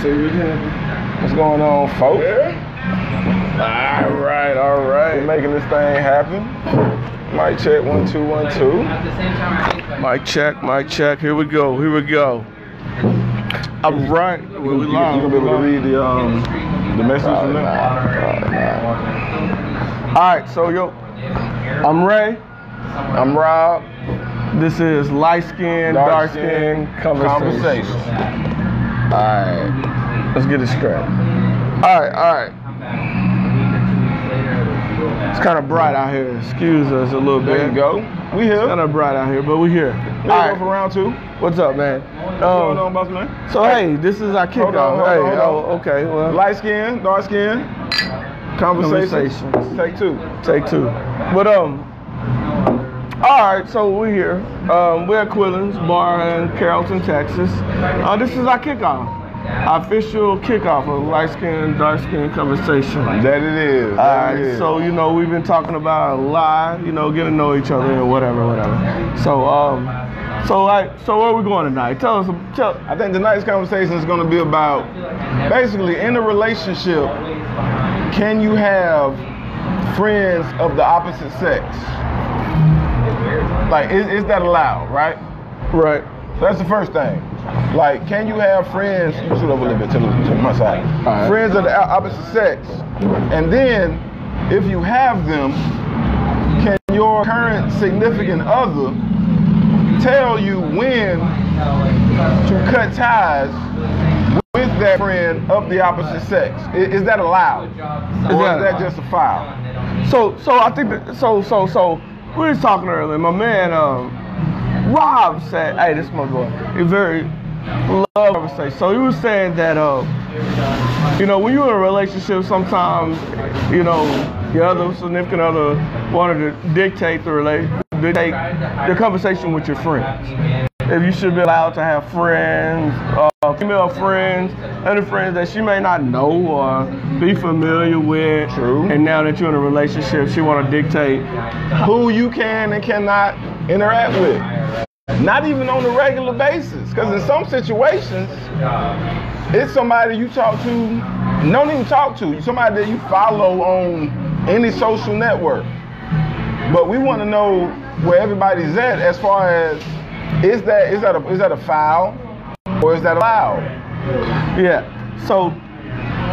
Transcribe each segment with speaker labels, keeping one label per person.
Speaker 1: see you again. What's going on, folks? All right, all right. We're making this thing happen. Mic check one two one two. Mic check, mic check. Here we go. Here we go. All right, we
Speaker 2: You, you, you gonna be able to read the um the message from
Speaker 1: Probably
Speaker 2: there?
Speaker 1: not, probably not. All right, so yo, I'm Ray. I'm Rob. This is light skin, dark skin conversation. All right, let's get it straight. All right, all right. It's kind of bright out here. Excuse us a little
Speaker 2: There
Speaker 1: bit.
Speaker 2: you go. We here.
Speaker 1: Kind of bright out here, but we're here.
Speaker 2: We
Speaker 1: All
Speaker 2: go for
Speaker 1: right,
Speaker 2: round two.
Speaker 1: what's up, man?
Speaker 2: What's going
Speaker 1: Um,
Speaker 2: on, boss man?
Speaker 1: so hey, this is our
Speaker 2: Hold on,
Speaker 1: kickoff.
Speaker 2: hold on,
Speaker 1: Hey,
Speaker 2: hold
Speaker 1: oh, okay, well,
Speaker 2: Light skin, dark skin, conversation.
Speaker 1: Conversations.
Speaker 2: Take two.
Speaker 1: Take two. But um, all right. So we're here. Um, we're at Quillen's Bar in Carrollton, Texas. Uh, this is our kickoff, our official kickoff of light skin, dark skin conversation.
Speaker 2: That it is.
Speaker 1: All
Speaker 2: that it
Speaker 1: right.
Speaker 2: is.
Speaker 1: So you know we've been talking about a lot. You know, getting to know each other and whatever, whatever. So um, so like, so where are we going tonight? Tell us. Tell.
Speaker 2: I think tonight's conversation is going to be about basically in a relationship, can you have friends of the opposite sex? Like, is, is that allowed, right?
Speaker 1: Right.
Speaker 2: So that's the first thing. Like, can you have friends? You shoot over a little bit to, the- to my side.
Speaker 1: right.
Speaker 2: Friends of the o- opposite sex. And then, if you have them, can your current significant other tell you when to cut ties with that friend of the opposite sex? I- Is, that allowed? Or
Speaker 1: that
Speaker 2: is that
Speaker 1: allowed?
Speaker 2: just a foul?
Speaker 1: So so I think that, so so so we were talking earlier. My man um Rob said, "Hey, this is my boy." He very love conversation. So he was saying that um you know when you're in a relationship, sometimes you know the other significant other wanted to dictate the relate dictate the conversation with your friends. If you should be allowed to have friends, uh, female friends, other friends that she may not know or be familiar with.
Speaker 2: True.
Speaker 1: And now that you're in a relationship, she want to dictate.
Speaker 2: who you can and cannot interact with. Not even on a regular basis. Because in some situations, it's somebody you talk to, don't even talk to, somebody that you follow on any social network. But we want to know where everybody's at as far as is that is that a, is that a foul or is that allowed?
Speaker 1: Yeah. So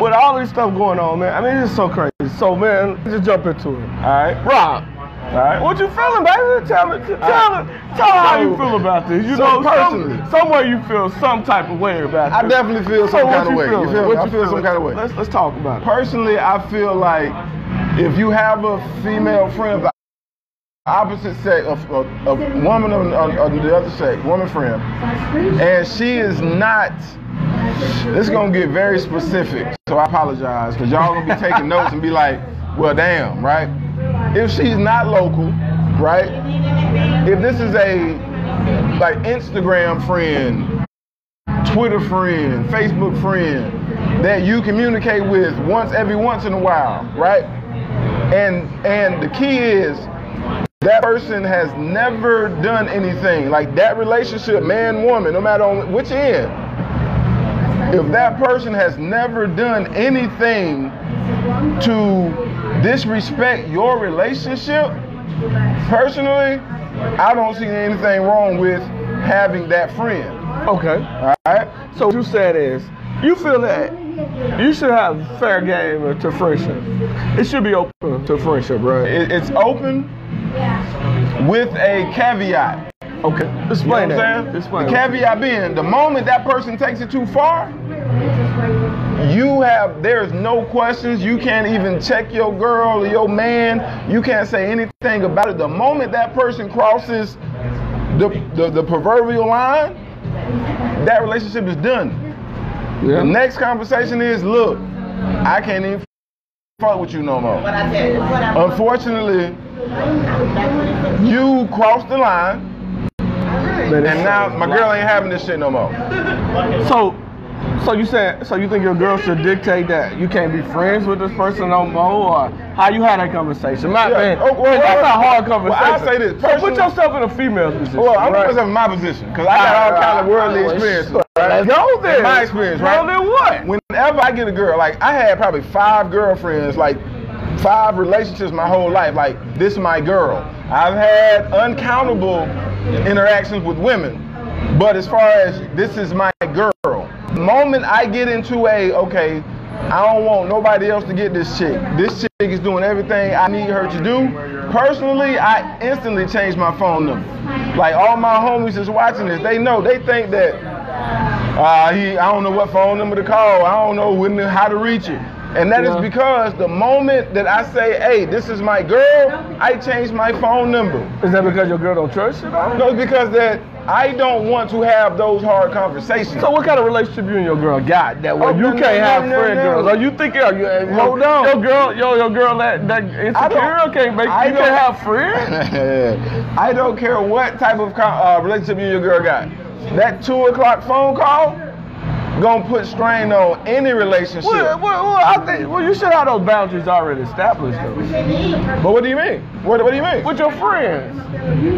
Speaker 1: with all this stuff going on, man, I mean it's so crazy. So man, let's just jump into it.
Speaker 2: All right,
Speaker 1: Rob,
Speaker 2: all right.
Speaker 1: what you feeling, baby? Tell me, tell me, tell me how you feel about this. You
Speaker 2: So
Speaker 1: know,
Speaker 2: personally-
Speaker 1: some, somewhere you feel some type of way about
Speaker 2: I
Speaker 1: this.
Speaker 2: definitely feel some
Speaker 1: So Oh, what
Speaker 2: kind of
Speaker 1: you
Speaker 2: way.
Speaker 1: feeling?
Speaker 2: You feel me?
Speaker 1: What
Speaker 2: I
Speaker 1: you
Speaker 2: feel some
Speaker 1: feeling?
Speaker 2: kind of way.
Speaker 1: Let's let's talk about it.
Speaker 2: personally, I feel like if you have a female friend of the opposite sex, a, a, a woman of, of- of the other sex, woman friend, and she is not. This is gonna get very specific, so I apologize because y'all gonna be taking notes and be like, "Well, damn, right? If she's not local, right? If this is a like Instagram friend, Twitter friend, Facebook friend that you communicate with once every once in a while, right? And and the key is that person has never done anything like that relationship, man, woman, no matter on which end. If that person has never done anything to disrespect your relationship, personally, I don't see anything wrong with having that friend.
Speaker 1: Okay.
Speaker 2: All right.
Speaker 1: So what you said is, you feel that you should have fair game to friendship. It should be open to friendship, right?
Speaker 2: It, it's open with a caveat.
Speaker 1: Okay.
Speaker 2: You
Speaker 1: Explain
Speaker 2: know what I'm
Speaker 1: that.
Speaker 2: saying?
Speaker 1: Explain.
Speaker 2: the
Speaker 1: that.
Speaker 2: caveat being the moment that person takes it too far, you have there's no questions. You can't even check your girl or your man. You can't say anything about it. The moment that person crosses the the, the proverbial line, that relationship is done. The
Speaker 1: Yeah.
Speaker 2: next conversation is, look, I can't even fuck with you no more.
Speaker 3: I tell you what I
Speaker 2: Unfortunately, you crossed the line,
Speaker 1: Man, it's
Speaker 2: and now
Speaker 1: so-
Speaker 2: my girl ain't having this shit no more.
Speaker 1: So, so you said, so you think your girl should dictate that you can't be friends with this person no more, or how you had that conversation? My
Speaker 2: Yeah.
Speaker 1: man,
Speaker 2: Oh, well,
Speaker 1: that's
Speaker 2: well,
Speaker 1: a hard
Speaker 2: well,
Speaker 1: conversation.
Speaker 2: I'll say this,
Speaker 1: So put
Speaker 2: personally-
Speaker 1: yourself in a female position.
Speaker 2: Well, I'm
Speaker 1: right?
Speaker 2: always in my position because I got all kind of worldly experiences.
Speaker 1: Right,
Speaker 2: right?
Speaker 1: Go then.
Speaker 2: In my experience, right?
Speaker 1: Well, then what?
Speaker 2: Whenever I get a girl, like I had probably five girlfriends, like five relationships my whole life. Like this my girl. I've had uncountable interactions with women, but as far as this is my girl, moment I get into a okay, I don't want nobody else to get this chick. This chick is doing everything I need her to do. Personally, I instantly change my phone number. Like all my homies is watching this, they know. They think that uh, he, I don't know what phone number to call. I don't know when to, how to reach it. And that is
Speaker 1: Yeah.
Speaker 2: because the moment that I say, hey, this is my girl, I change my phone number.
Speaker 1: Is that because your girl don't trust you? though?
Speaker 2: No, it's because that I don't want to have those hard conversations.
Speaker 1: So what kind of relationship you and your girl got that way
Speaker 2: Oh,
Speaker 1: you
Speaker 2: no,
Speaker 1: can't
Speaker 2: no, no,
Speaker 1: have
Speaker 2: no,
Speaker 1: friend
Speaker 2: no.
Speaker 1: girls? Are you thinking? Are you, uh,
Speaker 2: Hold
Speaker 1: your,
Speaker 2: on.
Speaker 1: Your girl, yo, your girl that that insecure
Speaker 2: don't-
Speaker 1: can't make
Speaker 2: I
Speaker 1: you
Speaker 2: don't-
Speaker 1: can't have friends.
Speaker 2: I don't care what type of co- uh, relationship you and your girl got. That two o'clock phone call gonna put strain on any relationship.
Speaker 1: Well, well, well, I think well you should have those boundaries already established though.
Speaker 2: But what do you mean? What, what do you mean?
Speaker 1: with your friends.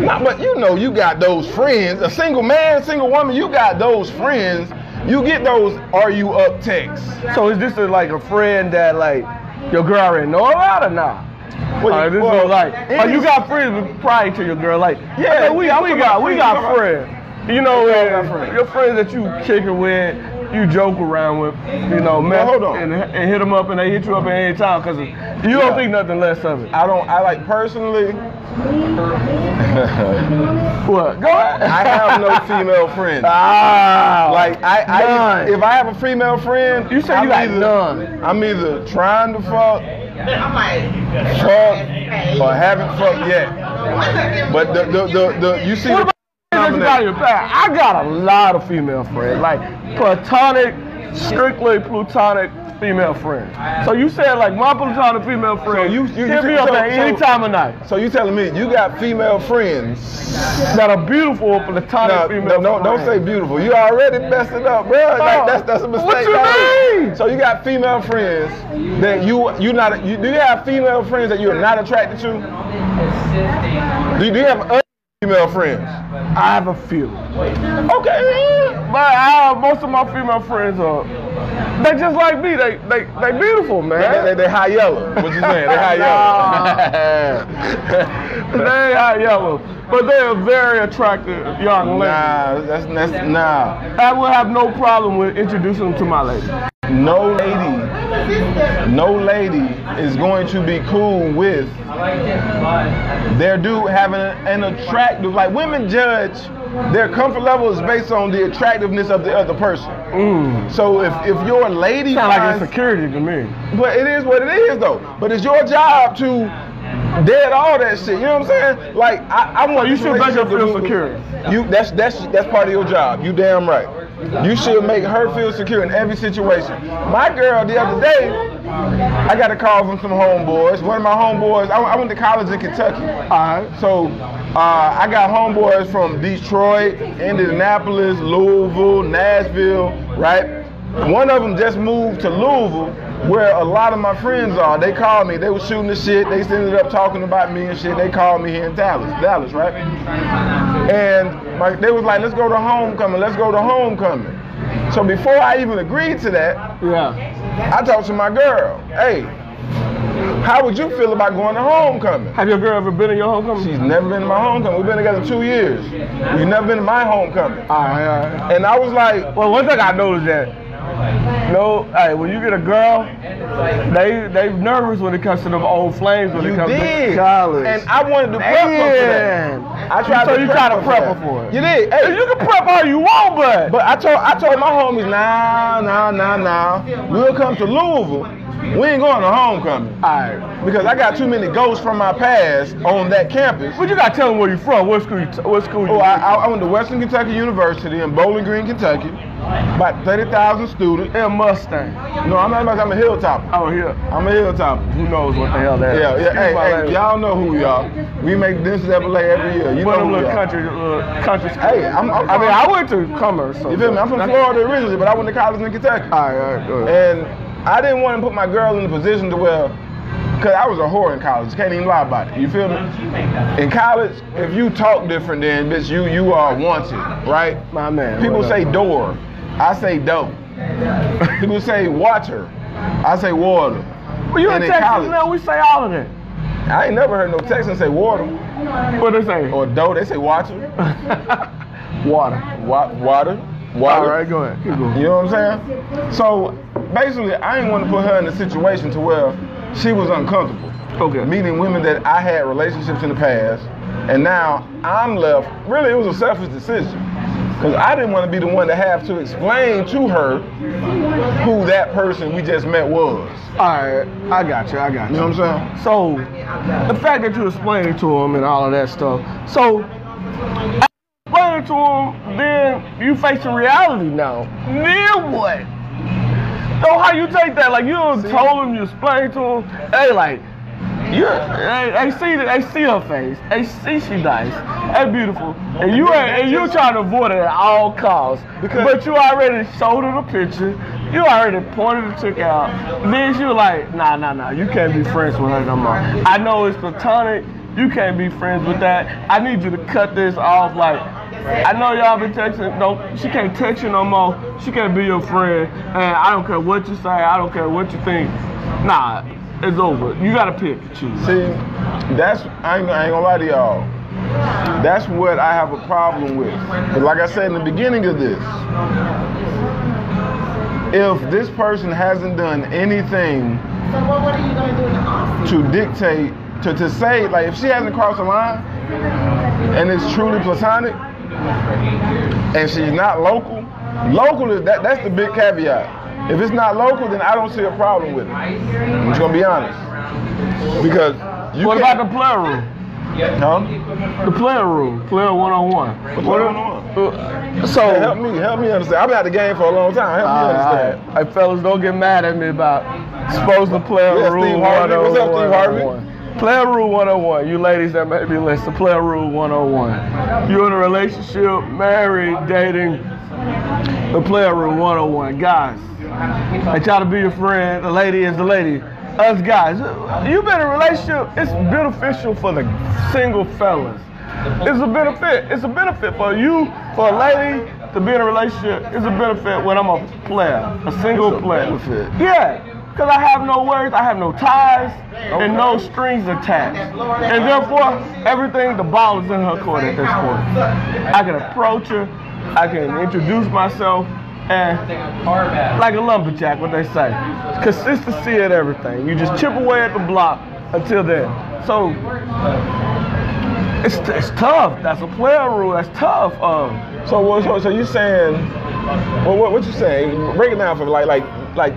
Speaker 2: Nah, but you know, you got those friends. A single man, single woman, you got those friends. You get those are you up texts.
Speaker 1: So is this a, like a friend that like your girl already know about or not?
Speaker 2: Well,
Speaker 1: Well, this
Speaker 2: well,
Speaker 1: is like,
Speaker 2: it
Speaker 1: like you
Speaker 2: is-
Speaker 1: got friends prior to your girl. Like,
Speaker 2: Yeah,
Speaker 1: yeah, we,
Speaker 2: I'm
Speaker 1: we
Speaker 2: talking
Speaker 1: got
Speaker 2: about
Speaker 1: we
Speaker 2: friends, I'm
Speaker 1: got
Speaker 2: talking
Speaker 1: friends. You know,
Speaker 2: Yeah, I got
Speaker 1: and
Speaker 2: friends.
Speaker 1: your friends that you kicking with, you joke around with, you know, mess
Speaker 2: hold on.
Speaker 1: And, and hit them up and they hit you up at any time because you
Speaker 2: Yeah.
Speaker 1: don't think nothing less of it.
Speaker 2: I don't. I like personally.
Speaker 1: What? Go ahead.
Speaker 2: I have no female friends.
Speaker 1: Ah,
Speaker 2: Like I, I
Speaker 1: none.
Speaker 2: if I have a female friend,
Speaker 1: You say
Speaker 2: I'm
Speaker 1: you got
Speaker 2: either,
Speaker 1: none.
Speaker 2: I'm either trying to fuck,
Speaker 3: I'm like,
Speaker 2: fuck, or haven't fucked yet. But the the the, the you see.
Speaker 1: What
Speaker 2: the
Speaker 1: about that you got in your past? I got a lot of female friends, like platonic, strictly platonic female friends. So you said like my platonic female friend,
Speaker 2: you- you-
Speaker 1: you, hit
Speaker 2: you-
Speaker 1: me up
Speaker 2: so-
Speaker 1: at any
Speaker 2: so-
Speaker 1: time of night.
Speaker 2: so you telling me you got female friends?
Speaker 1: That a beautiful platonic
Speaker 2: No,
Speaker 1: female
Speaker 2: no, no, don't say
Speaker 1: friend.
Speaker 2: beautiful. You already messed it up, bro. Like, that's that's a
Speaker 1: What
Speaker 2: mistake.
Speaker 1: you
Speaker 2: dog.
Speaker 1: mean?
Speaker 2: So you got female friends that you you not you, do you have female friends that you're not attracted to? Do you, do you have other female friends?
Speaker 1: I have a few,
Speaker 2: Okay.
Speaker 1: but I, most of my female friends are they just like me. They they they beautiful,
Speaker 2: They, they,
Speaker 1: man.
Speaker 2: they high yellow. What you saying? They high
Speaker 1: They
Speaker 2: yellow.
Speaker 1: are yellow, but they are very attractive young ladies.
Speaker 2: nah, that's that's nah.
Speaker 1: I would have no problem with introducing them to my lady.
Speaker 2: No lady, no lady is going to be cool with their dude having an attractive like women judge their comfort level is based on the attractiveness of the other person
Speaker 1: Mm.
Speaker 2: so if, if your lady
Speaker 1: Sound like
Speaker 2: finds,
Speaker 1: insecurity to me.
Speaker 2: but it is what it is though but it's your job to dead all that shit you know what i'm saying like i, I want
Speaker 1: you
Speaker 2: this
Speaker 1: should make her
Speaker 2: relationship
Speaker 1: feel
Speaker 2: to be-
Speaker 1: secure.
Speaker 2: you that's that's that's part of your job you damn right you should make her feel secure in every situation my girl the other day i got a call from some homeboys one of my homeboys i, I went to college in kentucky
Speaker 1: Alright.
Speaker 2: so uh, I got homeboys from Detroit, Indianapolis, Louisville, Nashville, right? One of them just moved to Louisville, where a lot of my friends are. They called me. They were shooting the shit. They ended up talking about me and shit. They called me here in Dallas, Dallas, right? And my, they was like, "Let's go to homecoming. Let's go to homecoming." So before I even agreed to that,
Speaker 1: Yeah.
Speaker 2: I talked to my girl. Hey, how would you feel about going to homecoming?
Speaker 1: Have your girl ever been in your homecoming?
Speaker 2: She's never been to my homecoming. We've been together two years. You've never been to my homecoming.
Speaker 1: Alright, alright.
Speaker 2: And I was like,
Speaker 1: Well, one thing I noticed that no, hey, when you get a girl, they they nervous when it comes to them old flames when
Speaker 2: you
Speaker 1: it comes
Speaker 2: did.
Speaker 1: to college.
Speaker 2: And I wanted to prep her for that.
Speaker 1: Man.
Speaker 2: I tried
Speaker 1: So
Speaker 2: to
Speaker 1: you tried to prep
Speaker 2: that.
Speaker 1: her for it.
Speaker 2: You did. Hey,
Speaker 1: You can prep all you want, but,
Speaker 2: But I told I told my homies, nah, nah, nah, nah. We'll come to Louisville. We ain't going to homecoming.
Speaker 1: alright.
Speaker 2: Because I got too many ghosts from my past on that campus.
Speaker 1: But you gotta tell them where you from, what school you t- what school you
Speaker 2: Oh, I, I- I went to Western Kentucky University in Bowling Green, Kentucky. About 30,000 students.
Speaker 1: in Mustang.
Speaker 2: No, I'm not about I'm a hilltopper.
Speaker 1: Oh here.
Speaker 2: I'm a hilltopper.
Speaker 1: Who knows what the hell that is.
Speaker 2: Yeah, yeah.
Speaker 1: Excuse
Speaker 2: Hey,
Speaker 1: my
Speaker 2: hey,
Speaker 1: language.
Speaker 2: y'all know who we are. We make this LA every year. You know who
Speaker 1: One of them
Speaker 2: we
Speaker 1: little
Speaker 2: are.
Speaker 1: country, little country schools.
Speaker 2: Hey, I'm- I'm-
Speaker 1: I mean, I went to Commerce. So
Speaker 2: You feel me? I'm from Florida originally, but I went to college in Kentucky.
Speaker 1: All right, all right, go ahead.
Speaker 2: And I didn't want to put my girl in a position to where, because I was a whore in college. Can't even lie about it. You feel me? In college, if you talk different, then bitch, you you are wanted, right?
Speaker 1: My man.
Speaker 2: People
Speaker 1: what up?
Speaker 2: say door. I say dope. People say water. I say water.
Speaker 1: Well, you in
Speaker 2: And in
Speaker 1: Texas
Speaker 2: college.
Speaker 1: now, we say all of that.
Speaker 2: I ain't never heard no Texan say water
Speaker 1: What they say?
Speaker 2: or dough. They say water.
Speaker 1: Water.
Speaker 2: Wa- water.
Speaker 1: All
Speaker 2: Water.
Speaker 1: right, go ahead. Keep going.
Speaker 2: You know what I'm saying? So basically, I didn't want to put her in a situation to where she was uncomfortable.
Speaker 1: Okay.
Speaker 2: Meeting women that I had relationships in the past, and now I'm left. Really, it was a selfish decision because I didn't want to be the one to have to explain to her who that person we just met was.
Speaker 1: All right, I got you. I got
Speaker 2: You
Speaker 1: you.
Speaker 2: know what I'm saying?
Speaker 1: So, the fact that you explained it to him and all of that stuff. So, explain it to him, then you face the reality now. Then what? So how you take that? Like you done told him, you explained to him. They like, you. They, they see that. They see her face. They see she nice. They beautiful. And you ain't- and you trying to avoid it at all costs.
Speaker 2: Because-
Speaker 1: but you already showed her the picture. You already pointed the chick out. Then she was like, Nah, nah, nah. You can't be friends with her no more. I know it's platonic. You can't be friends with that. I need you to cut this off. Like, I know y'all been texting. No, she can't text you no more. She can't be your friend. And I don't care what you say. I don't care what you think. Nah, it's over. You gotta pick and choose.
Speaker 2: See, that's I ain't, I ain't gonna lie to y'all. That's what I have a problem with. 'Cause like I said in the beginning of this, if this person hasn't done anything
Speaker 3: So what, what are you gonna do in the off
Speaker 2: to dictate, to, to say, like if she hasn't crossed the line and it's truly platonic and she's not local, local is that that's the big caveat. If it's not local, then I don't see a problem with it. I'm just gonna be honest. Because you
Speaker 1: What
Speaker 2: can't-
Speaker 1: about the player room?
Speaker 2: Huh?
Speaker 1: The player room, player one on one.
Speaker 2: What's going on?
Speaker 1: So.
Speaker 2: Hey, help me, help me understand. I've been out the game for a long time. Help me understand.
Speaker 1: All right, all right. Hey, fellas, don't get mad at me about supposed to play on
Speaker 2: Yeah,
Speaker 1: rule
Speaker 2: Steve Harvey. What's up, Steve Harvey?
Speaker 1: 101. Player rule 101. You ladies that may be listening, player rule 101. You're in a relationship, married, dating, the player rule 101. Guys, they try to be your friend. The lady is the lady. Us guys, you've been in a relationship, it's beneficial for the single fellas. It's a benefit. It's a benefit for you, for a lady to be in a relationship. It's a benefit when I'm a player, a single
Speaker 2: It's a
Speaker 1: player.
Speaker 2: benefit.
Speaker 1: Yeah, because I have no words, I have no ties, and no strings attached. And therefore, everything, the ball is in her court at this point. I can approach her, I can introduce myself, and like a lumberjack, what they say. Consistency at everything. You just chip away at the block until then. So it's, it's tough. That's a player rule. That's tough. Um,
Speaker 2: So, what, so, so you saying? Well, what, what you saying? Break it down for me, like, like, like.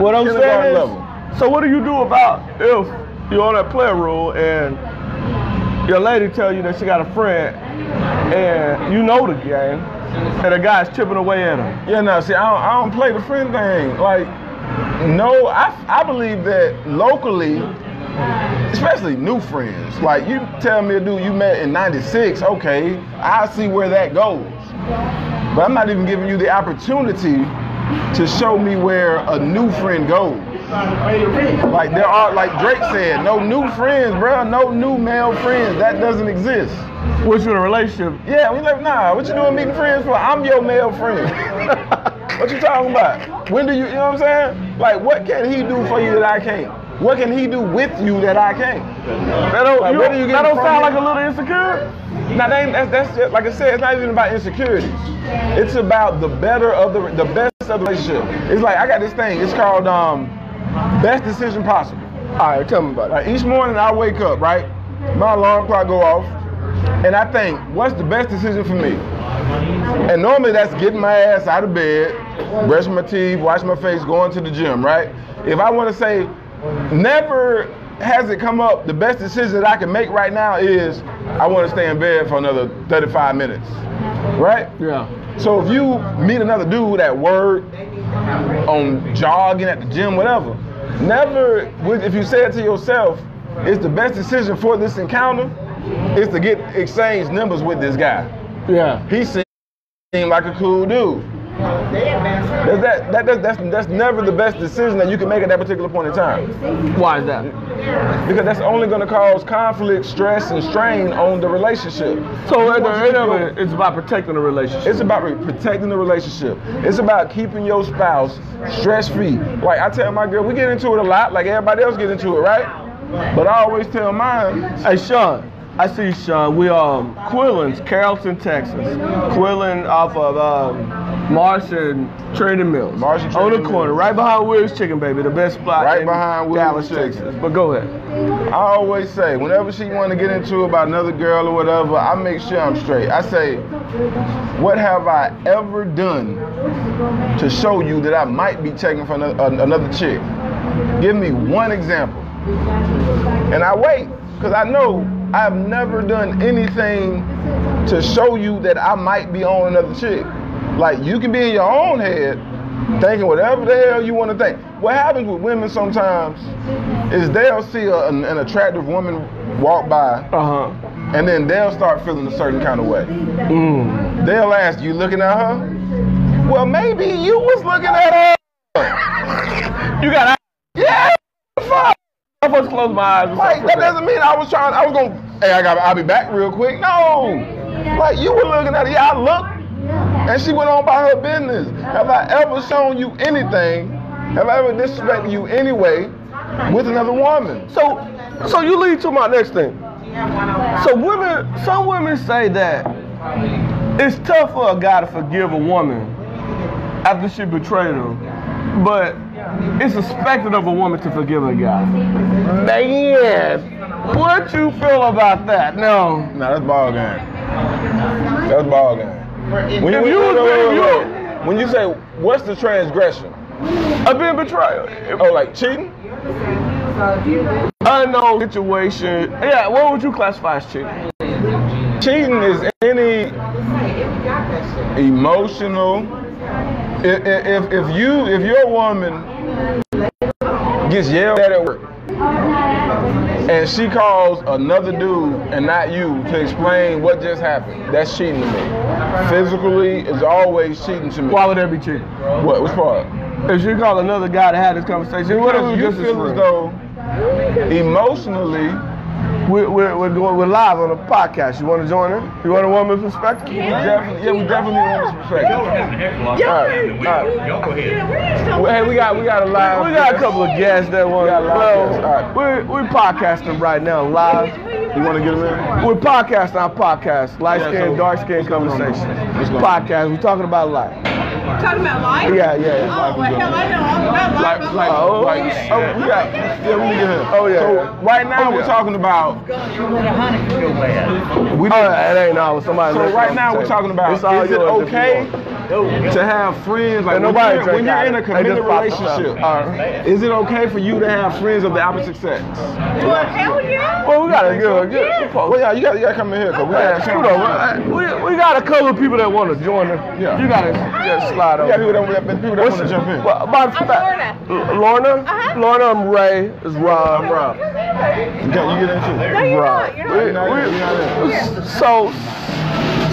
Speaker 1: what I'm saying
Speaker 2: Kindergarten
Speaker 1: is,
Speaker 2: level.
Speaker 1: so what do you do about if you're on that player rule and your lady tell you that she got a friend and you know the game and the guy's chipping away at her?
Speaker 2: Yeah, no. See, I don't, I don't play the friend thing. Like, no, I, I believe that locally, especially new friends. Like, you tell me a dude you met in '96, okay, I see where that goes. But I'm not even giving you the opportunity to show me where a new friend goes. Like there are, like Drake said, no new friends, bro. No new male friends. That doesn't exist.
Speaker 1: What's your relationship?
Speaker 2: Yeah, we like, nah. What you doing meeting friends for? I'm your male friend. what you talking about? When do you, you know what I'm saying? Like, what can he do for you that I can't? What can he do with you that I can't?
Speaker 1: That don't,
Speaker 2: Like,
Speaker 1: you
Speaker 2: where
Speaker 1: don't-
Speaker 2: do you get
Speaker 1: that
Speaker 2: it
Speaker 1: don't
Speaker 2: from
Speaker 1: sound
Speaker 2: here?
Speaker 1: like a little insecure?
Speaker 2: Now, that ain't, that's, that's just, like I said, it's not even about insecurities. It's about the better of the, the best of the relationship. It's like I got this thing. It's called um, best decision possible.
Speaker 1: All right, tell me about it.
Speaker 2: Like each morning I wake up, right? My alarm clock go off, and I think, what's the best decision for me? And normally that's getting my ass out of bed, brushing my teeth, washing my face, going to the gym, right? If I want to say, never has it come up, the best decision that I can make right now is I want to stay in bed for another 35 minutes, right?
Speaker 1: Yeah.
Speaker 2: So if you meet another dude at work, on jogging at the gym, whatever, never would if you said to yourself, it's the best decision for this encounter, is to get exchange numbers with this guy.
Speaker 1: Yeah.
Speaker 2: He seemed like a cool dude.
Speaker 3: Well, they advanced her.
Speaker 2: That, that, that, that- that's, that's never the best decision that you can make at that particular point in time.
Speaker 1: Why is that?
Speaker 2: Because that's only going to cause conflict, stress, and strain on the relationship.
Speaker 1: So at the end of it, it's about protecting the relationship.
Speaker 2: It's about re- protecting the relationship. It's about keeping your spouse stress free. Like I tell my girl, we get into it a lot, like everybody else get into it, right? But I always tell mine,
Speaker 1: Hey Sean, I see you, Sean. We um Quillen's, Carrollton, Texas. Quillen off of um, Marsh and Trading Mills.
Speaker 2: Marsh and
Speaker 1: on
Speaker 2: Trading
Speaker 1: the corner,
Speaker 2: Mills.
Speaker 1: right behind Will's Chicken Baby, the best spot
Speaker 2: Right
Speaker 1: in
Speaker 2: behind Will's
Speaker 1: Dallas,
Speaker 2: Chicken.
Speaker 1: Texas. But go ahead.
Speaker 2: I always say, whenever she want to get into it about another girl or whatever, I make sure I'm straight. I say, what have I ever done to show you that I might be taking from another, another chick? Give me one example. And I wait, because I know I've never done anything to show you that I might be on another chick. Like, you can be in your own head thinking whatever the hell you want to think. What happens with women sometimes is they'll see a, an, an attractive woman walk by,
Speaker 1: Uh huh.
Speaker 2: and then they'll start feeling a certain kind of way.
Speaker 1: Mm.
Speaker 2: They'll ask, You looking at her? Well, maybe you was looking at her.
Speaker 1: You got.
Speaker 2: Yeah, fuck.
Speaker 1: I'm supposed to close my eyes. and
Speaker 2: Like
Speaker 1: stuff
Speaker 2: that doesn't mean I was trying. I was gonna. Hey, I got. I'll be back real quick. No. Like you were looking at her. Yeah, I looked, and she went on by her business. Have I ever shown you anything? Have I ever disrespected you anyway with another woman?
Speaker 1: So, so you lead to my next thing.
Speaker 3: She had one on five.
Speaker 1: So women, some women say that it's tough for a guy to forgive a woman after she betrayed him, but it's expected of a woman to forgive a guy. Man, what you feel about that? No.
Speaker 2: Nah, that's ball game. That's ball game.
Speaker 3: For it-
Speaker 2: When you,
Speaker 1: If you
Speaker 2: wait,
Speaker 1: was-
Speaker 2: wait,
Speaker 1: if
Speaker 2: wait,
Speaker 1: you-
Speaker 2: wait, wait. when you say what's the transgression?
Speaker 1: I've been betrayed.
Speaker 2: Oh, like cheating?
Speaker 3: so if you-
Speaker 1: Unknown situation. Yeah, what would you classify as cheating?
Speaker 2: Cheating is any
Speaker 3: Hey, if you got that shit.
Speaker 2: emotional. I- i- If, if, you if your woman gets yelled at at work and she calls another dude and not you to explain what just happened, that's cheating to me. Physically is always cheating to me.
Speaker 1: Why would that be cheating?
Speaker 2: What? Which part?
Speaker 1: If you call another guy to have this conversation, what if
Speaker 2: Because
Speaker 1: we
Speaker 2: you
Speaker 1: just as
Speaker 2: feel as
Speaker 1: friends?
Speaker 2: though emotionally,
Speaker 1: We're, we're, we're, going, we're live on a podcast. You want to join in? You want a woman's perspective?
Speaker 2: definitely, yeah, we definitely want this perspective. Alright, alright.
Speaker 4: Y'all go ahead.
Speaker 2: Well, hey, we got we got a live.
Speaker 1: We got a couple of guests that want
Speaker 2: got a
Speaker 1: to.
Speaker 2: lot of guests. All
Speaker 1: Well,
Speaker 2: right.
Speaker 1: we're, we're podcasting right now live.
Speaker 2: You want to get them in?
Speaker 1: We're podcasting our podcast, light
Speaker 2: Yeah,
Speaker 1: skin,
Speaker 2: so
Speaker 1: dark skin
Speaker 2: what's going on?
Speaker 1: conversation.
Speaker 2: What's going on?
Speaker 1: Podcast. We're talking about life.
Speaker 5: Talking about life?
Speaker 1: Yeah, yeah.
Speaker 5: Oh, well, hell, I know all about life.
Speaker 2: Like, like,
Speaker 1: Oh,
Speaker 2: like,
Speaker 1: shit.
Speaker 2: oh, we got, yeah, we can get him.
Speaker 1: Oh, yeah.
Speaker 2: So right now
Speaker 1: Oh,
Speaker 2: we're
Speaker 1: yeah.
Speaker 2: talking about.
Speaker 1: We don't, it ain't all. Somebody.
Speaker 2: So
Speaker 1: left
Speaker 2: right
Speaker 1: on
Speaker 2: now
Speaker 1: the
Speaker 2: we're
Speaker 1: table.
Speaker 2: talking about.
Speaker 1: It's all
Speaker 2: Is it
Speaker 1: yours if you
Speaker 2: okay
Speaker 1: want.
Speaker 2: to have friends? Like
Speaker 1: And
Speaker 2: when
Speaker 1: nobody
Speaker 2: you're,
Speaker 1: drink
Speaker 2: when you're
Speaker 1: out
Speaker 2: in
Speaker 1: of
Speaker 2: a
Speaker 1: it. They just
Speaker 2: committed
Speaker 1: popped it up.
Speaker 2: relationship,
Speaker 1: All right.
Speaker 2: is it okay for you to have friends of the opposite sex?
Speaker 5: Well, hell yeah.
Speaker 1: Well, Oh, we got a good, good.
Speaker 2: Well, yeah, you got you got to come in here 'cause we
Speaker 1: Yeah,
Speaker 2: got
Speaker 1: scoot over. We, we got a couple of people that want to join us.
Speaker 2: Yeah.
Speaker 1: You got to just slide
Speaker 2: We got people
Speaker 1: over.
Speaker 2: that people that want to jump in.
Speaker 1: Well, about
Speaker 5: I'm
Speaker 1: fact- L- Lorna?
Speaker 5: Uh-huh.
Speaker 1: Lorna, I'm Ray. It's Rob.
Speaker 2: I'm Rob. You got- you get into it.
Speaker 5: No, you're
Speaker 1: Right.
Speaker 5: not. You're not.
Speaker 2: You're not in.
Speaker 1: We- we- So,